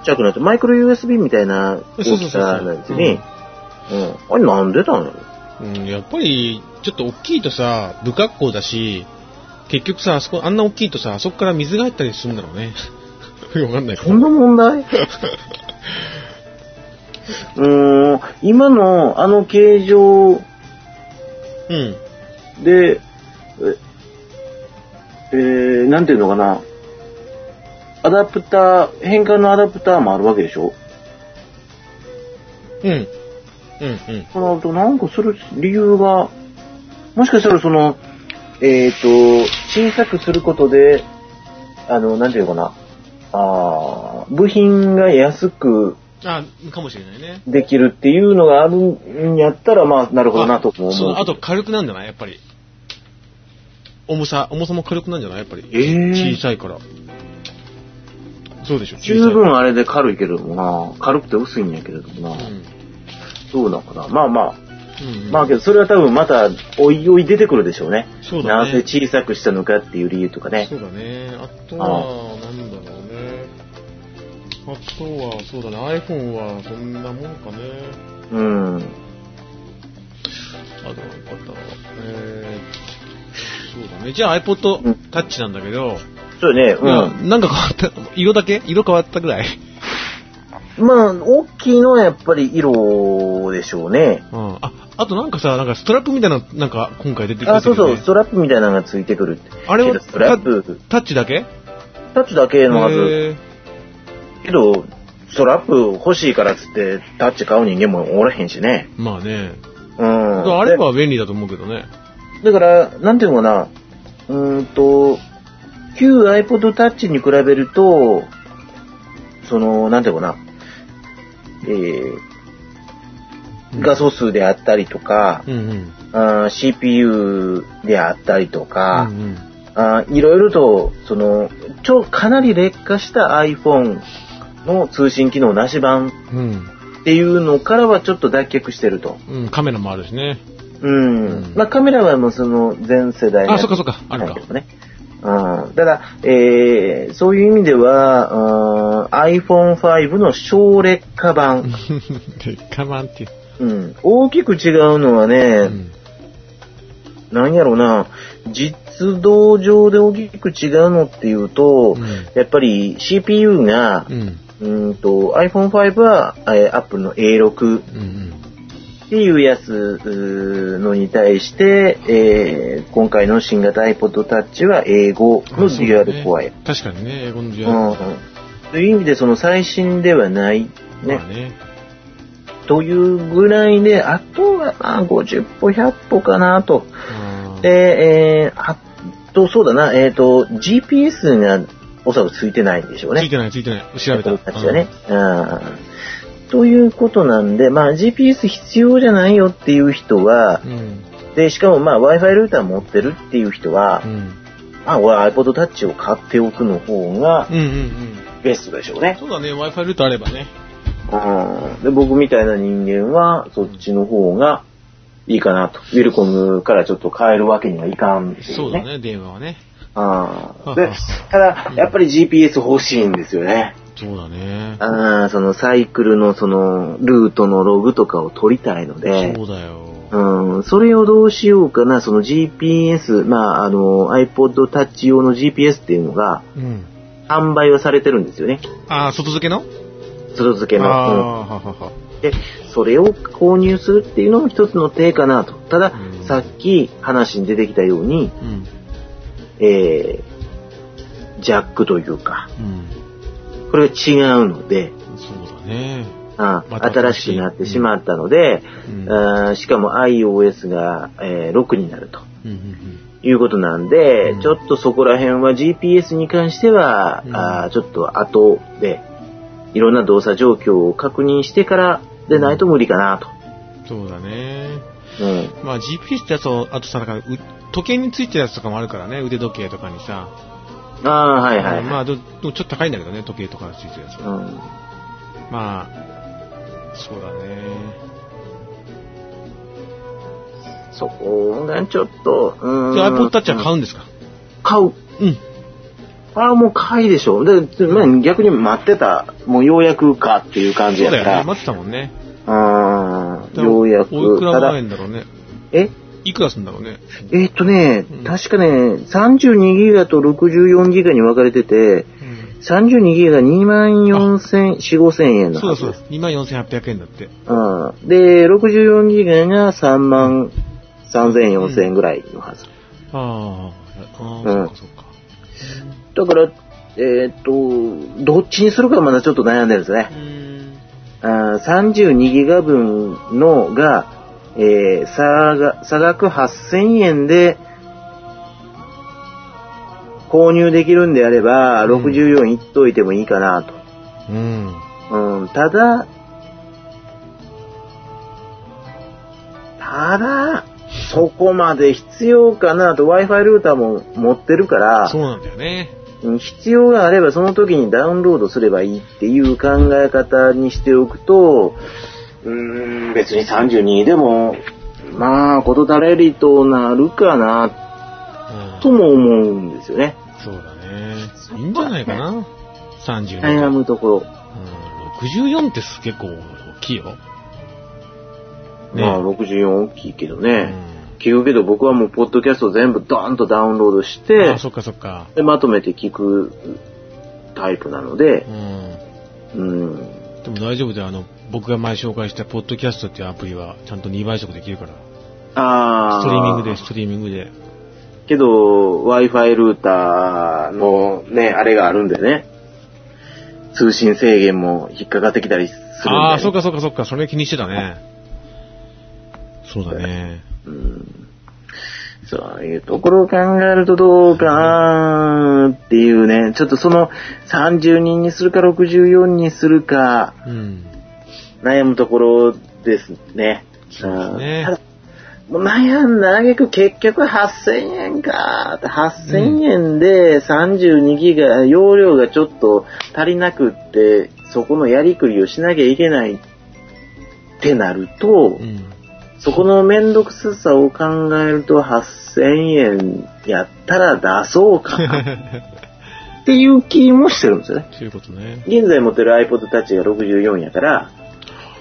ちっちゃくなって、マイクロ USB みたいな大きさなんですよね。うん。あれなんでなんやろうん、やっぱり、ちょっと大きいとさ、不格好だし、結局さ、あそこ、あんな大きいとさ、あそこから水が入ったりするんだろうね。わかんないけそど。んな問題うーん、今のあの形状うん。で、え、えーなんていうのかな。アダプター、変換のアダプターもあるわけでしょうん。うん、うん。となると、なんかする理由が、もしかしたらその、えっ、と、小さくすることで、あの、なんていうのかな。あー部品が安くあ、かもしれないね。できるっていうのがあるんやったら、まあ、なるほどなともそ思う。うあと軽くなんじゃないやっぱり。重さ、重さも軽くなんじゃないやっぱり。えー小さいから。そうでしょ、十分あれで軽いけれどもな、軽くて薄いんやけれども小さな、い。そうなのかな。まあまあ、うん。うん、まあけど、それは多分また、おいおい出てくるでしょうね。そうだなね。ぜ小さくしたのかっていう理由とかね。そうだね。あとは、なんだろうね。あとは、そうだね。iPhone はそんなもんかね。うん。あとは、あとは、えー、そうだね。じゃあ iPod うん Touch なんだけど、そうね、うまあん。なんか変わった、色だけ色変わったぐらい。まあ、大きいのはやっぱり色でしょうね。うん。あ、あとなんかさ、なんかストラップみたいな、なんか今回出てきてあ、たけそうそど、う、ねス。トラップみたいなのがついてくるって。あれはけどストラップ、タッチだけ2つだけのはず。へけど、ストラップ欲しいからっつって、タッチ買う人間もおらへんしね。ーまあね。うん。あれば便利だと思うけどね。でだから、なんていうのかな、うーんと、旧 iPod Touch に比べると、その、なんていうのかな、えー、画素数であったりとか、うんうん。あー CPU であったりとかう、んうんあーいろいろと、その、超かなり劣化した iPhone の通信機能なし版うん。っていうのからはちょっと脱却してると。うん、カメラもあるしね。うん。うんまあカメラはもうその全世代のあ、そっかそっか、あるなかんで。すね。うん。ただ、えー、そういう意味では、うん iPhone5 の省劣化版。でかまんって。うん。大きく違うのはうね、ん。なんやろうな、実動上で大きく違うのっていうと、うんやっぱり CPU がう、ん。うんと iPhone5 は、えー Apple の A6 うん。っていうやつうーのに対して、えー今回の新型 iPod Touch は A5 のデュアルコアや。確かにね、英語のデュうんアうルコんという意味でその最新ではないね、ア。まあね。というぐらいで、あとはまあ50歩100歩かなと。あーで、えーあと、そうだな、えっ、と、GPS がおそらくついてないんでしょうね。ついてない、ついてない。調べた。僕たちはね。うんということなんで、まあ GPS 必要じゃないよっていう人はう、ん。で、しかもまあ Wi-Fi ルーター持ってるっていう人はう、ん。まあ俺は iPod Touch を買っておくの方がうんうんうん。ベストでしょうね。そうだね、Wi-Fi ルートあればね。うん、で僕みたいな人間はそっちの方がいいかなと。ウィルコムからちょっと変えるわけにはいかんっていそうだ。ね、電話はね。 うんでただ、やっぱり GPS 欲しいんですよね。そうだね。ああ、そのサイクルのそのルートのログとかを取りたいのでそ、うだよ。うん、それをどうしようかな、その GPS、まあ、あの、iPod Touch 用の GPS っていうのがうん。販売はされてるんですよね。あー、外付けの外付けああー、の。うんははは。で、それを購入するっていうのも一つの手かなと。ただうん、さっき話に出てきたように、うん。えー、ジャックというか、うん。これが違うので、そうだね。あまた新しくなってしまったので、うん。あーしかも iOS が、えー6になるとうんうんいうことなんで、うんちょっとそこら辺は GPS に関しては、うんあーちょっと後でいろんな動作状況を確認してからでないと無理かなうん。そうだね。と。うんまあ GPS ってやつを、あとさ、なんか、う時計についてるやつとかもあるからね、腕時計とかにさ。ああ、はいはい。まあ、どどちょっと高いんだけどね、時計とかについてるやつは。うんまあ、そうだね。そこがちょっと、うじゃあ iPod Touch は買ううんんですか買う。うん。ああ、もう買いでしょ。で、つまり逆に待ってた、もうようやくかっていう感じそうやかだよね。ら。待ってたもんね。ああ、ようやおいく。くらたもらだえ、んだろうね。えいくらすんだろうね。えーっとねうん、確かね、32ギガと64ギガに分かれてうて、ん。 32ギガ2万4千、4、5千円のそうはだずそうでだす。。 24,800円だって。うんで、64ギガが3万3千、4千円ぐらいのはず。ああ、ああ、うそんっかそっか。だから、えーっと、どっちにするかまだちょっと悩んでるんですねう。ん。あー32ギガ分のが、えー差が、差額8000円で購入できるんであれば、うん64いっといてもいいかなうん。と。うん、ただ、ただ、そこまで必要かなと Wi-Fi ルーターも持ってるから、そうなんだよね。うん必要があればその時にダウンロードすればいいっていう考え方にしておくと、うーん、別に32でも、まあ、ことだれりとなるかな、うんとも思うんですよね。そうだね。いいんじゃないかな。32と。悩むところ。うん。64ってす結構大きいよ。ねまあ、64大きいけどうね。ん聞くけど僕はもう、ポッドキャスト全部ドーンとダウンロードしあてあ、、そっかそっか。でまとめて聞くタイプなのでう、ん。うん、でも大丈夫だよ。あの、僕が前紹介した、ポッドキャストっていうアプリは、ちゃんと2倍速できるから。あストリーミングで、ストリーミングで。けど、Wi-Fi ルーターのね、あれがあるんでね、通信制限も引っかかってきたりするんで。ああ、そっかそっかそっか、それ気にしてたね。そうだね。うんそういうところを考えるとどうかなーっていうね、ちょっとその30人にするか64人にするかうん。悩むところですね。そうですねんただもう悩んだ挙句結局8000円かーって8000円で32ギガ、容量がちょっと足りなくって、そこのやりくりをしなきゃいけないってなると、 うん。そこのめんどくささを考えると8000円やったら出そうかなっていう気もしてるんで すよね。そういうことね。現在持ってる iPod Touch が64やから、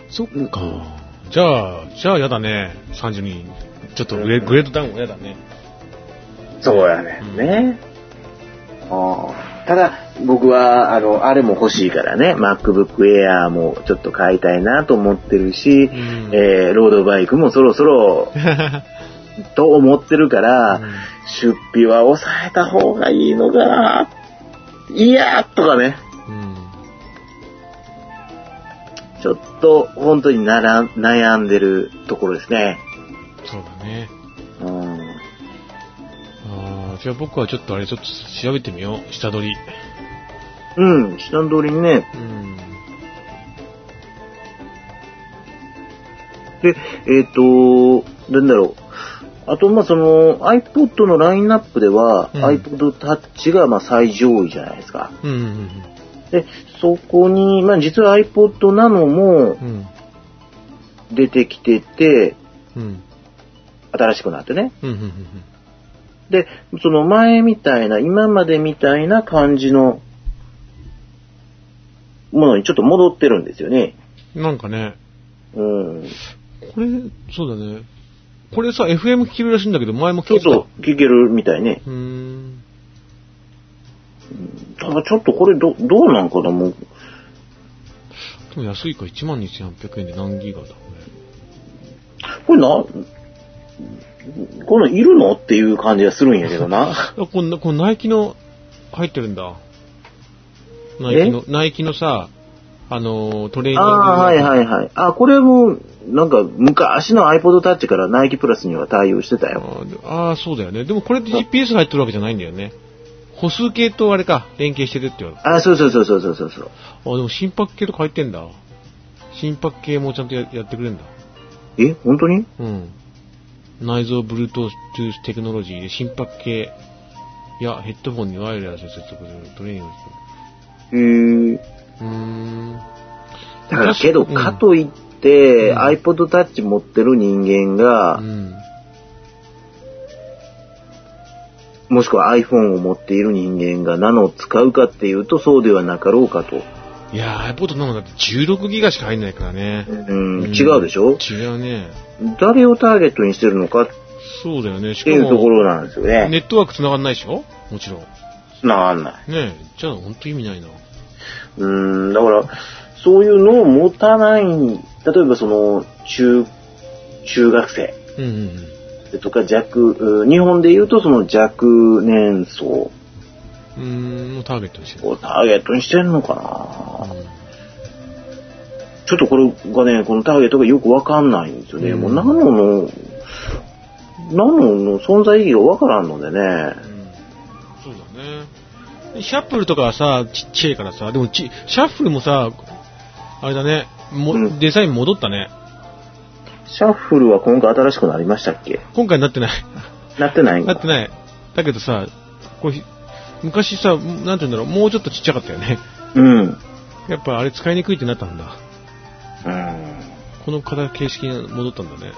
そっか。じゃあ、じゃあやだね。32。ちょっとグレグレードダウンはやだね。そうやねんね。ああただ、僕は、あの、あれも欲しいからね、MacBook Air もちょっと買いたいなと思ってるし、 んえーロードバイクもそろそろと思ってるから、出費は抑えた方がいいのかな。いやーとかね。うん。ちょっと本当になら悩んでるところですね。そうだね。うん。ああ、じゃあ僕はちょっとあれ、ちょっと調べてみよう。下取り。うん、下の通りにね。うん。で、えっ、と、なんだろう。あと、まあ、その iPod のラインナップでは、うん iPod Touch がまあ最上位じゃないですか。うんうんで、そこに、まあ、実は iPod なのもうん。うん。出てきてて、うん。新しくなってね。うん。うんうんうん。で、その前みたいな、今までみたいな感じのものにちょっと戻ってるんですよね。なんかね、うん。これ、そうだね。これさ、FM 聞けるらしいんだけど、前もそ聞ういた。そう、聞けるみたいね。うーん。ただちょっとこれど、どうなんかなもう、でも安いか、12,800円で何ギガだ、ここれな、このいるのっていう感じがするんやけ どな。れ。あ、こんな、このナイキの、入ってるんだ。ナイキの、ナイキのさ、あのー、トレーニングあの。あ、はいはいはい。あ、これも、なんか昔の iPod Touch から Nike プラスには対応してたあよ。ーであー、そうだよね。でもこれって GPS が入ってるわけじゃないんだよね。歩数計とあれか、連携してるって言われあ、そうそうそうそうそうそうそう。あ、でも心拍計とか入ってんだ。心拍計もちゃんとややってくれんだ。え、本当にうん。内蔵 Bluetooth テクノロジーで心拍計やヘッドフォンにワイヤレスで接続するトレーニングをへーする。うーん。だからけど、うんかといって、うん iPod Touch 持ってる人間がう、ん。もしくは iPhone を持っている人間がナノを使うかっていうと、そうではなかろうかと。いやー、iPod なのだって16ギガしか入んないからね。うん、ん違うでしょ違うね。誰をターゲットにしてるのかっそうだよね。してかいうとこも、ろなんですよね。ネットワーク繋がんないでしょもちろん。なあんない。ねえ、じゃあ本当意味ないな。うん、だから、そういうのを持たない、例えばその、中、中学生うんうんとか弱、うん日本で言うとその若年層うん。うーん、ターゲットにしてる。をターゲットにしてるのかなちょっとこれがね、このターゲットがよくわかんないんですよね。うんもうナノの、ナノの存在意義がわからんのでうね。んそうだね。でシャッフルとかはさ、ちっちゃいからさ、でもち、シャッフルもさ、あれだね、もうんデザイン戻ったね。シャッフルは今回新しくなりましたっけ今回なってない。なってないんかなってない。だけどさ、こうひ昔さ、なんて言うんだろう、もうちょっとちっちゃかったよね。 うん。うん。やっぱあれ使いにくいってなったんだ。この形形式に戻ったんだね。だか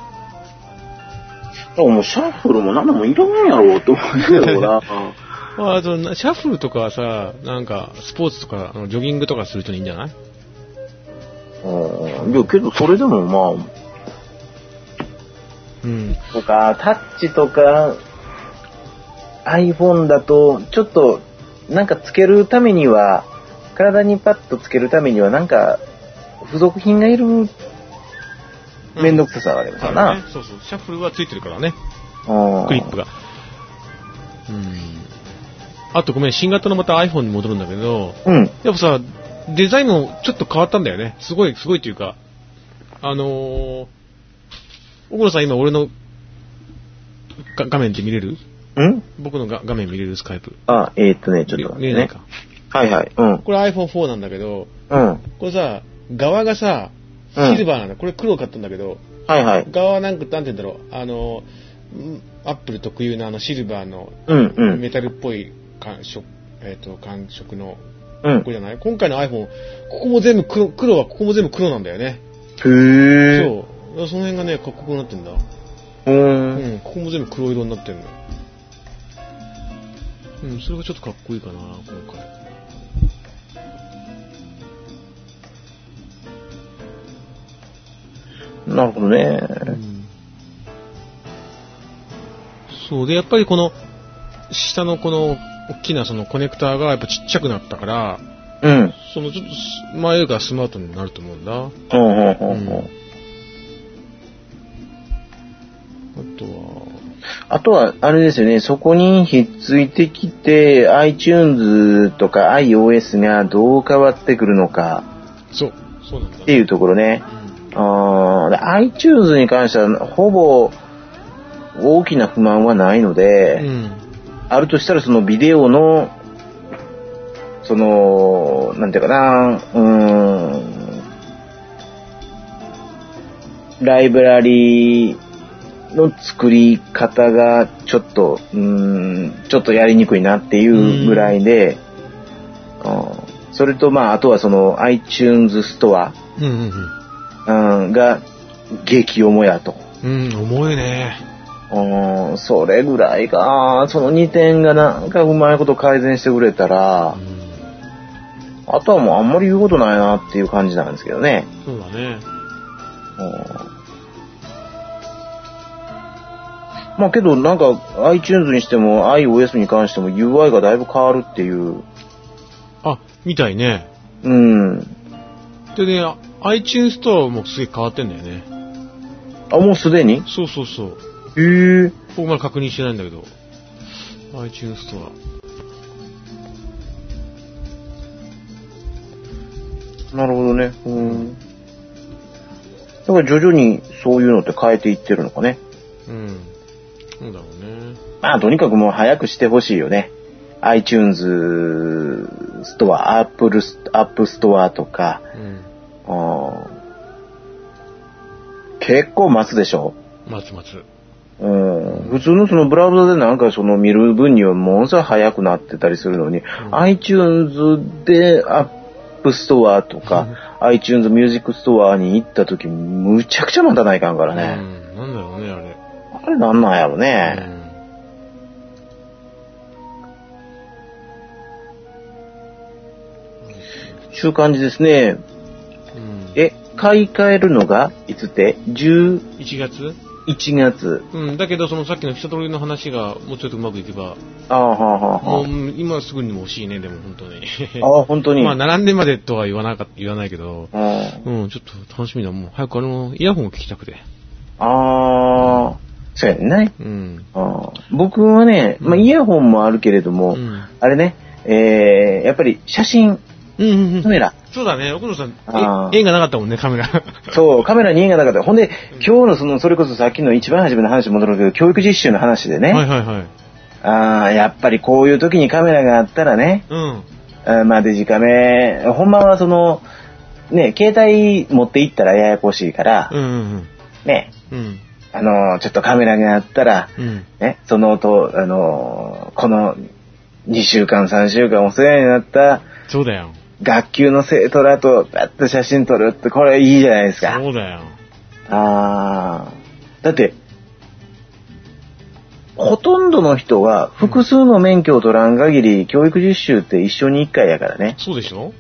らもうシャッフルも何もいらんやろうと思うんだけど な。まあ、あとなシャッフルとかはさ、なんか、スポーツとか、あのジョギングとかする人にいいんじゃないうん。いや、けどそれでもまうん。あ。とか、タッチとか、iPhone だと、ちょっと、なんかつけるためには、体にパッとつけるためには、なんか、付属品がいる面倒くささがありますそかうらな。ね。そうそう。シャッフルはついてるからね。うんクリップが。うん。あとごめん、新型のまた iPhone に戻るんだけど、うん。やっぱさ、デザインもちょっと変わったんだよね。すごい、すごいっていうか、あのー、小黒さん今俺のが画面って見れるうん僕のが画面見れるスカイプ。あ、えー、っとね、ちょっと待見っえてないね。か。はいはい。うん。これ iPhone4 なんだけど、うん。これさ、側がさ、うんシルバーなんだ。これ黒買ったんだけど、はいはい。側はなんか、なんて言うんだろう、あの、んアップル特有のあのシルバーのうんうメん。タルっぽい感触、えっ、と、感触の、うんこれじゃない今回の iPhone、ここも全部黒、黒はここも全部黒なんだよね。。へー。そう。その辺がね、かっこよくなってんだ。う。うんん、ここも全部黒色になってんの。うん、それがちょっとかっこいいかな、今回。なるほどね。うんそう。で、やっぱりこの、下のこの、大きなそのコネクターがやっぱちっちゃくなったから、うん。そのちょっとす前よりかはスマートになると思うんだ。あほうほうほうほう。うんとは、あとは、あれですよね、そこにひっついてきて、iTunes とか iOS がどう変わってくるのかそう、そうなんだ。っていうところね。うんあーで iTunes に関しては、ほぼ大きな不満はないので、うん。あるとしたらそのビデオの、その、なんていうかな、うーん、ライブラリーの作り方がちょっと、うーん、ちょっとやりにくいなっていうぐらいで、うんそれとまあ、あとはその iTunes ストア、うんうんうん、が激重やと。うん。うん、重いね。うん、それぐらいか。その2点がなんかうまいこと改善してくれたうら、ん。あとはもうあんまり言うことないなっていう感じなんですけどね。そうだね。うんまあけどなんか iTunes にしても iOS に関しても UI がだいぶ変わるっていう。あ、みたいね。うん。でね、iTunes ストアもすげえ変わってんだよね。あ、もうすでにへそうそうそう。え。僕まだ確認してないんだけど。iTunes ストなるほどね。うん。だから徐々にそういうのって変えていってるのかね。ア。うん。なんだろうね。まあ、とにかくもう早くしてほしいよね。iTunes ストア、Apple ス、App ストアとか、うん。うん結構待つでしょ、待つ待つ。うん、普通のそのブラウザでなんかその見る分にはものすごい早くなってたりするのに、iTunes で App ストアとか、iTunes ミュージックストアに行った時、むちゃくちゃ待たないかんからうん。ね。なんだろうね、あれ。あれなんなんやろね。ちゅう感じですね。うん。え、買い替えるのが、いつって、11 1月月。うん。だけど、そのさっきの人通りの話がもうちょっとうまくいけば、ああ、はあ、はもあううん今すぐにも欲しいね、でも本当に。はあ。ああ、本当 に。まあ、並んでまでとは言わなかっ言わないけど、うんうん、ちょっと楽しみだ。もう早くあの、イヤホンを聞きたくて。ああ、そうやねんな。うん。あー僕はね、まあ、イヤホンもあるけれどうも、ん。あれね、えー、やっぱり写真、うんうんうんカメラ。そうだね、奥野さんあ、ーえ縁がなかったもんね、カメラ。そう、カメラに縁がなかった。ほんで、今日のその、それこそさっきの一番初めの話に戻るけど、教育実習の話でね、 はいはいはい。ああ、やっぱりこういう時にカメラがあったらね、うん。あまあデジカメ、ほんまはその、ね、携帯持って行ったらややこしいから、うんうんね、うん。うん。あのー、ちょっとカメラがあったら、うん。ね、そのと、あのー、この2週間3週間お世話になったそうだよ。学級の生徒らとパッと写真撮るってこれいいじゃないですか。そうだよ。あーだって、ほとんどの人は複数の免許を取らん限り、教育実習って一緒に一回やからね。そうでしょ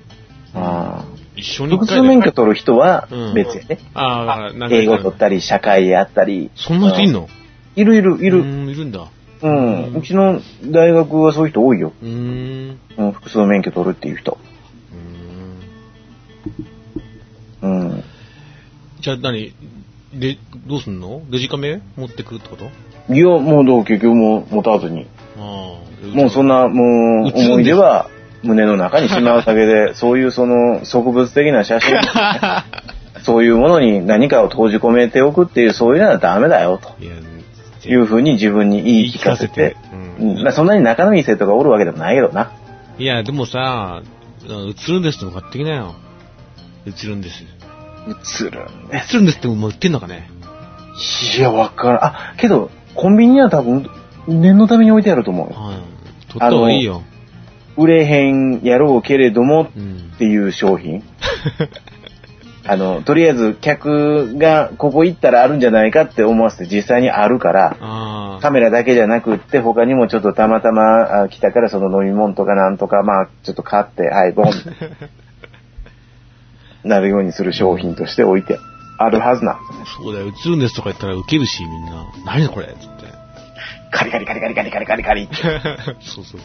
あー一緒に複一回数だよ免許取る人は別やね。ああ、だから何英回か語取ったり、社会やったり。そんな人いんのいるいるいうる。ん、いるんだ。うん。うちの大学はそういう人多いよ。うーん。うん、複数免許取るっていう人。うーんうん。じゃあ何で、どうすんのデジカメ持ってくるってこといや、もうどう結局もう持たずに。ああもうそんな、も写るんうです思い出は胸の中にしまうだけ で、そういうその植物的な写真、そういうものに何かを閉じ込めておくっていう、そういうのはダメだよ、いや、というふうに自分に言い聞かせて。言い聞かせてううんんまあそんなに仲のいい生徒がおるわけでもないけどな。いや、でもさ、映るんですっても買ってきなよ。映るんです。映るんで映るんですってもう売ってんのかね。す。いや、わからん。あ、けど、コンビニには多分、念のために置いてあると思うよ。はい。取った方がいいよ。売れへんやろうけれどもうん っ。ていう商品。あの、とりあえず客がここ行ったらあるんじゃないかって思わせて実際にあるから、ああ。カメラだけじゃなくって他にもちょっとたまたまあ来たからその飲み物とかなんとかまあちょっと買って、はい、ボン。 なるようにする商品として置いてあるはずな。そうだよ、映るんですとか言ったらウケるし、みんな。何だこれっつって。 カリカリカリカリカリカリカリカリって。そうそう。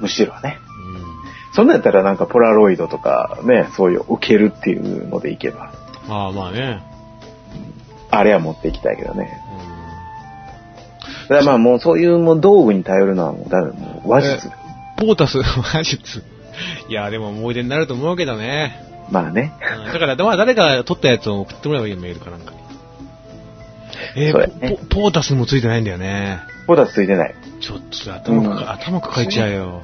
むしろね。そんなんやったらなんかポラロイドとかね、そういう置けるっていうのでいけば、うん。まあまあね。あれは持っていきたいけどね。うんだからまあもうそういうもう道具に頼るのはもうだめもう話術。ポータス、 話術。いや、でも思い出になると思うけどね。まあね。うんだから、まあ誰か撮ったやつを送ってもらえばいいよ、メールかなんかに。えそうやねー、ポポータスにもついてないんだよね。ポタスついてない。ちょっと頭か、うん頭抱えちゃうよ。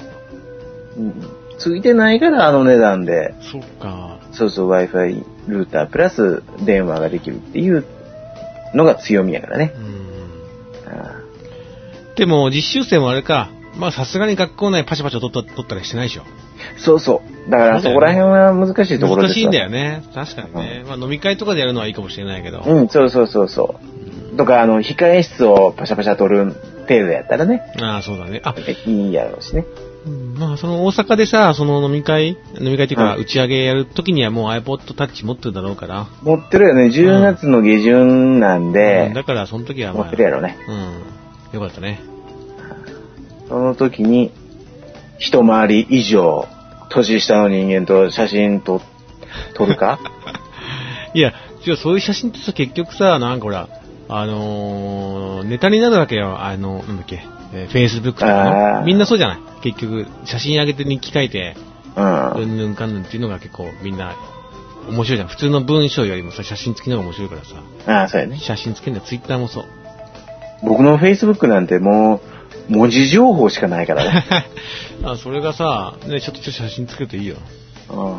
ついてないからあの値段で、そっか。そうそう Wi-Fi ルータープラス電話ができるっていうのが強みやからねう。ん。あでも、実習生もあれか。まあ、さすがに学校内パシャパシャ撮った撮ったりしてないでしょ。あそうそう。だからそそうこだら辺は難しいところ難ですしいんだよね。確かにね。まあ、飲み会とかでやるのはいいかもしれないけど。うん、そうそうそうそうう。んとか、あの、控え室をパシャパシャ取る程度やったらね、ああ、そうだね。あ、いいやろうしね。うんまあ、その大阪でさ、その飲み会、飲み会っていうか、はい打ち上げやるときにはもう iPod Touch 持ってるだろうから。持ってるよね。10月の下旬なんうんで、だから、その時は持まあ、ってるやろね。うん。よかったね。その時に、一回り以上、年下の人間と写真と、撮 るかいや、違う、そういう写真ってさ、結局さ、なんかほら、あのーネタになるわけよ。あの、なんだっけ、えー Facebook とかあの。ーみんなそうじゃない結局、写真上げて日記書いて、うんう。んぬんかんぬんっていうのが結構みんな、面白いじゃん。普通の文章よりもさ、写真付きの方が面白いからさ。ああ、そうやね。写真付けんだ、Twitter もそう。僕の Facebook なんてもう、文字情報しかないからね。 あそれがさ、ね、ちょっとちょっと写真つけていいよ。うんうん。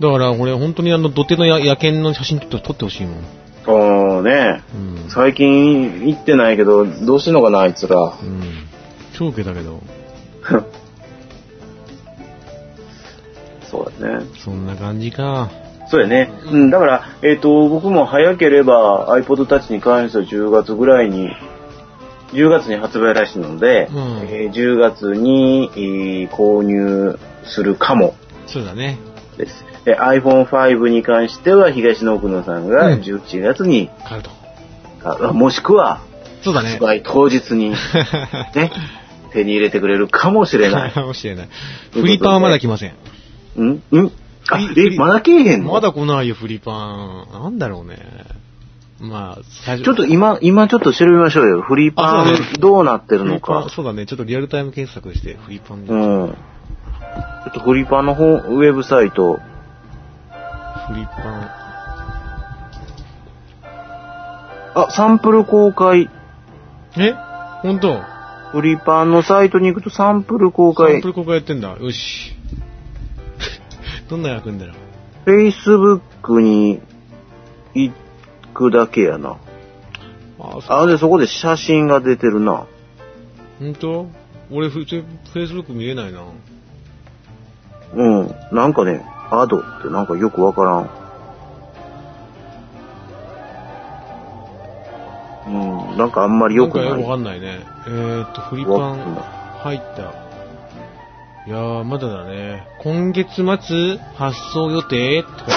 だから、これ本当にあの、土手のや野犬の写真ちょっと撮ってほしいもん。そうね。うん。最近行ってないけど、どうしてんのかな、あいつら う。ん。超ウケだけど、そうだね。そんな感じか。そうやね。うん、だから、えっ、と、僕も早ければ iPod Touch に関しては10月ぐらいに、10月に発売らしいので、うんえー10月に、えー購入するかもそうだね。です。で iPhone5 に関しては東野奥野さんがうん11月に、買うと。あもしくはそうだね発。売当日 に、ね、手に入れてくれるかもしれない。かもしれない。フリーパンはまだ来ません。んんあ、フリえ、まだけえへんのまだ来ないよ、フリーパン。なんだろうね。まあ、最初ちょっと今、今ちょっと調べましょうよ。フリーパあそうだねンどうなってるフリのーパかン。そうだね。ちょっとリアルタイム検索して、フリーパンで。うフん。ちょっとフリパの方、ウェブサイト。リーパあ、サンプル公開。ン。え本当フリパのサイトに行くとサンプル公サン開プ。ル公開やってんだ。よし。 どんな役んだろう。 Facebook に行くだけやな。あ、そあ、で、そこで写真が出てるな。ほんと俺、フェイスフェイスブック見れないな。うん。なんかね、アドってなんかよくわからん。うん。なんかあんまりよくななんかよくわかい。んないね。えーっと、フリパわン入った。いやー、まだだね。今月末発送予定とか。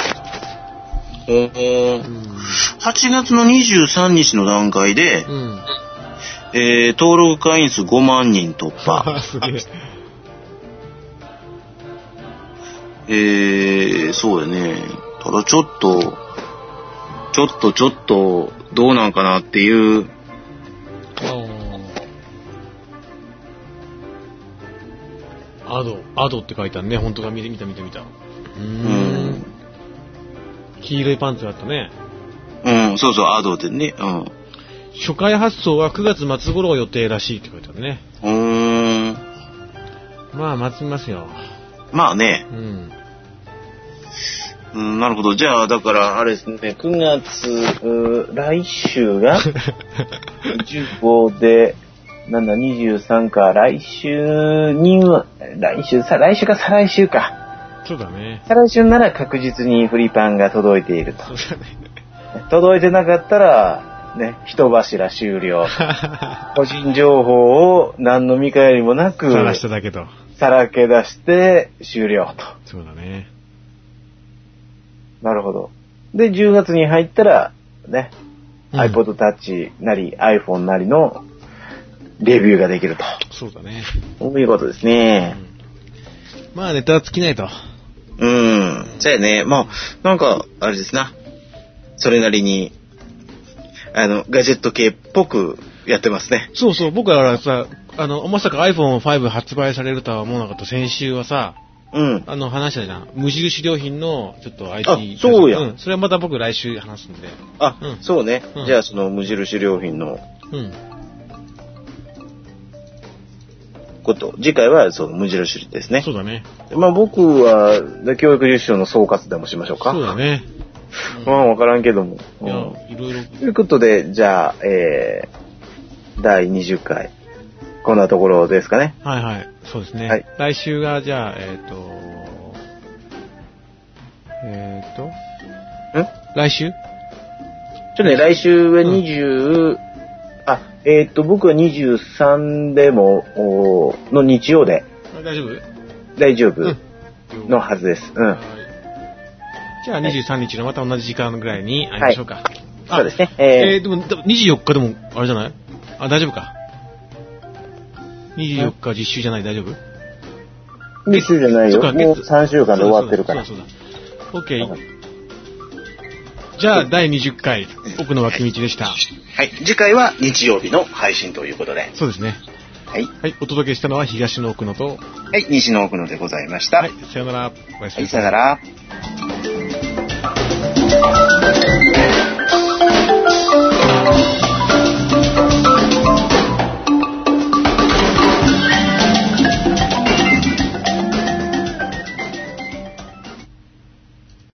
えうーん。 8月の23日の段階で、うん。えー登録会員数5万人突破。 すげえ。えー、そうやね。ただちょっと、ちょっとちょっと、どうなんかなっていう、アド、アドって書いてあるね。本当だ。見て見た見た見た。うーうんん。。黄色いパンツがあったね。うん、そうそう、アドでね。うん。初回発送は9月末頃予定らしいって書いてあるね。うーん。まあ、待ちますよ。まあね。 うん。うん、なるほど。じゃあ、だから、あれですね、9月、うー来週が15で、なんだ、23か、来週には、来週、さ、来週か再来週か。そうだね。再来週なら確実にフリパンが届いていると。そうだね。 届いてなかったら、ね、人柱終 了。個人情報を何の見返りもなく、さらしただけと。さらけ出して終了と。そうだね。なるほど。で、10月に入ったら、ね、うん iPod Touch なり iPhone なりのレビューができると。そうだね。そういうことですうね。んまあ、ネタは尽きないと。うん。そうやね。まあ、なんか、あれですな。それなりに、あの、ガジェット系っぽくやってますね。そうそう、僕はさ、あの、まさか iPhone5 発売されるとは思わなかった先週はさ、うん。あの、話したじゃん。無印良品の、ちょっと IT。そうやん。それはまた僕来週話すんで。あ、うんそうね。うんじゃあ、その無印良品のうん。こと、次回はその無印ですねそ。うだね。まあ僕は、教育実習の総括でもしましょうか。そうだね。うん、わからんけども。いうんや、いろいろ。ということで、じゃあ、えー、第20回、こんなところですかね。はいはい。そうですね。はい来週が、じゃあ、えっ、と、えっ、と、んちょっ来週とね、来週はうん20、あ、えーっと、僕は23でも、おーの日曜であ大丈夫大丈夫うんのはずです。うはん。いじゃあ23日のまた同じ時間ぐらいに会いましょうか。あそうですね。えーえでも、多分24日でも、あれじゃないあ、大丈夫か。24日実習じゃない、大丈夫ー、ミスじゃないそうよ。かもう月3週間で終わってるから。そうだそうだ。そうだ OK。じゃあ、第20回、奥の脇道でした。はい。次回は日曜日の配信ということで。そうですね。はい。はい、お届けしたのは東の奥野と、はい。西の奥野でございましたはい、さよなら。おやすみなさい。ら。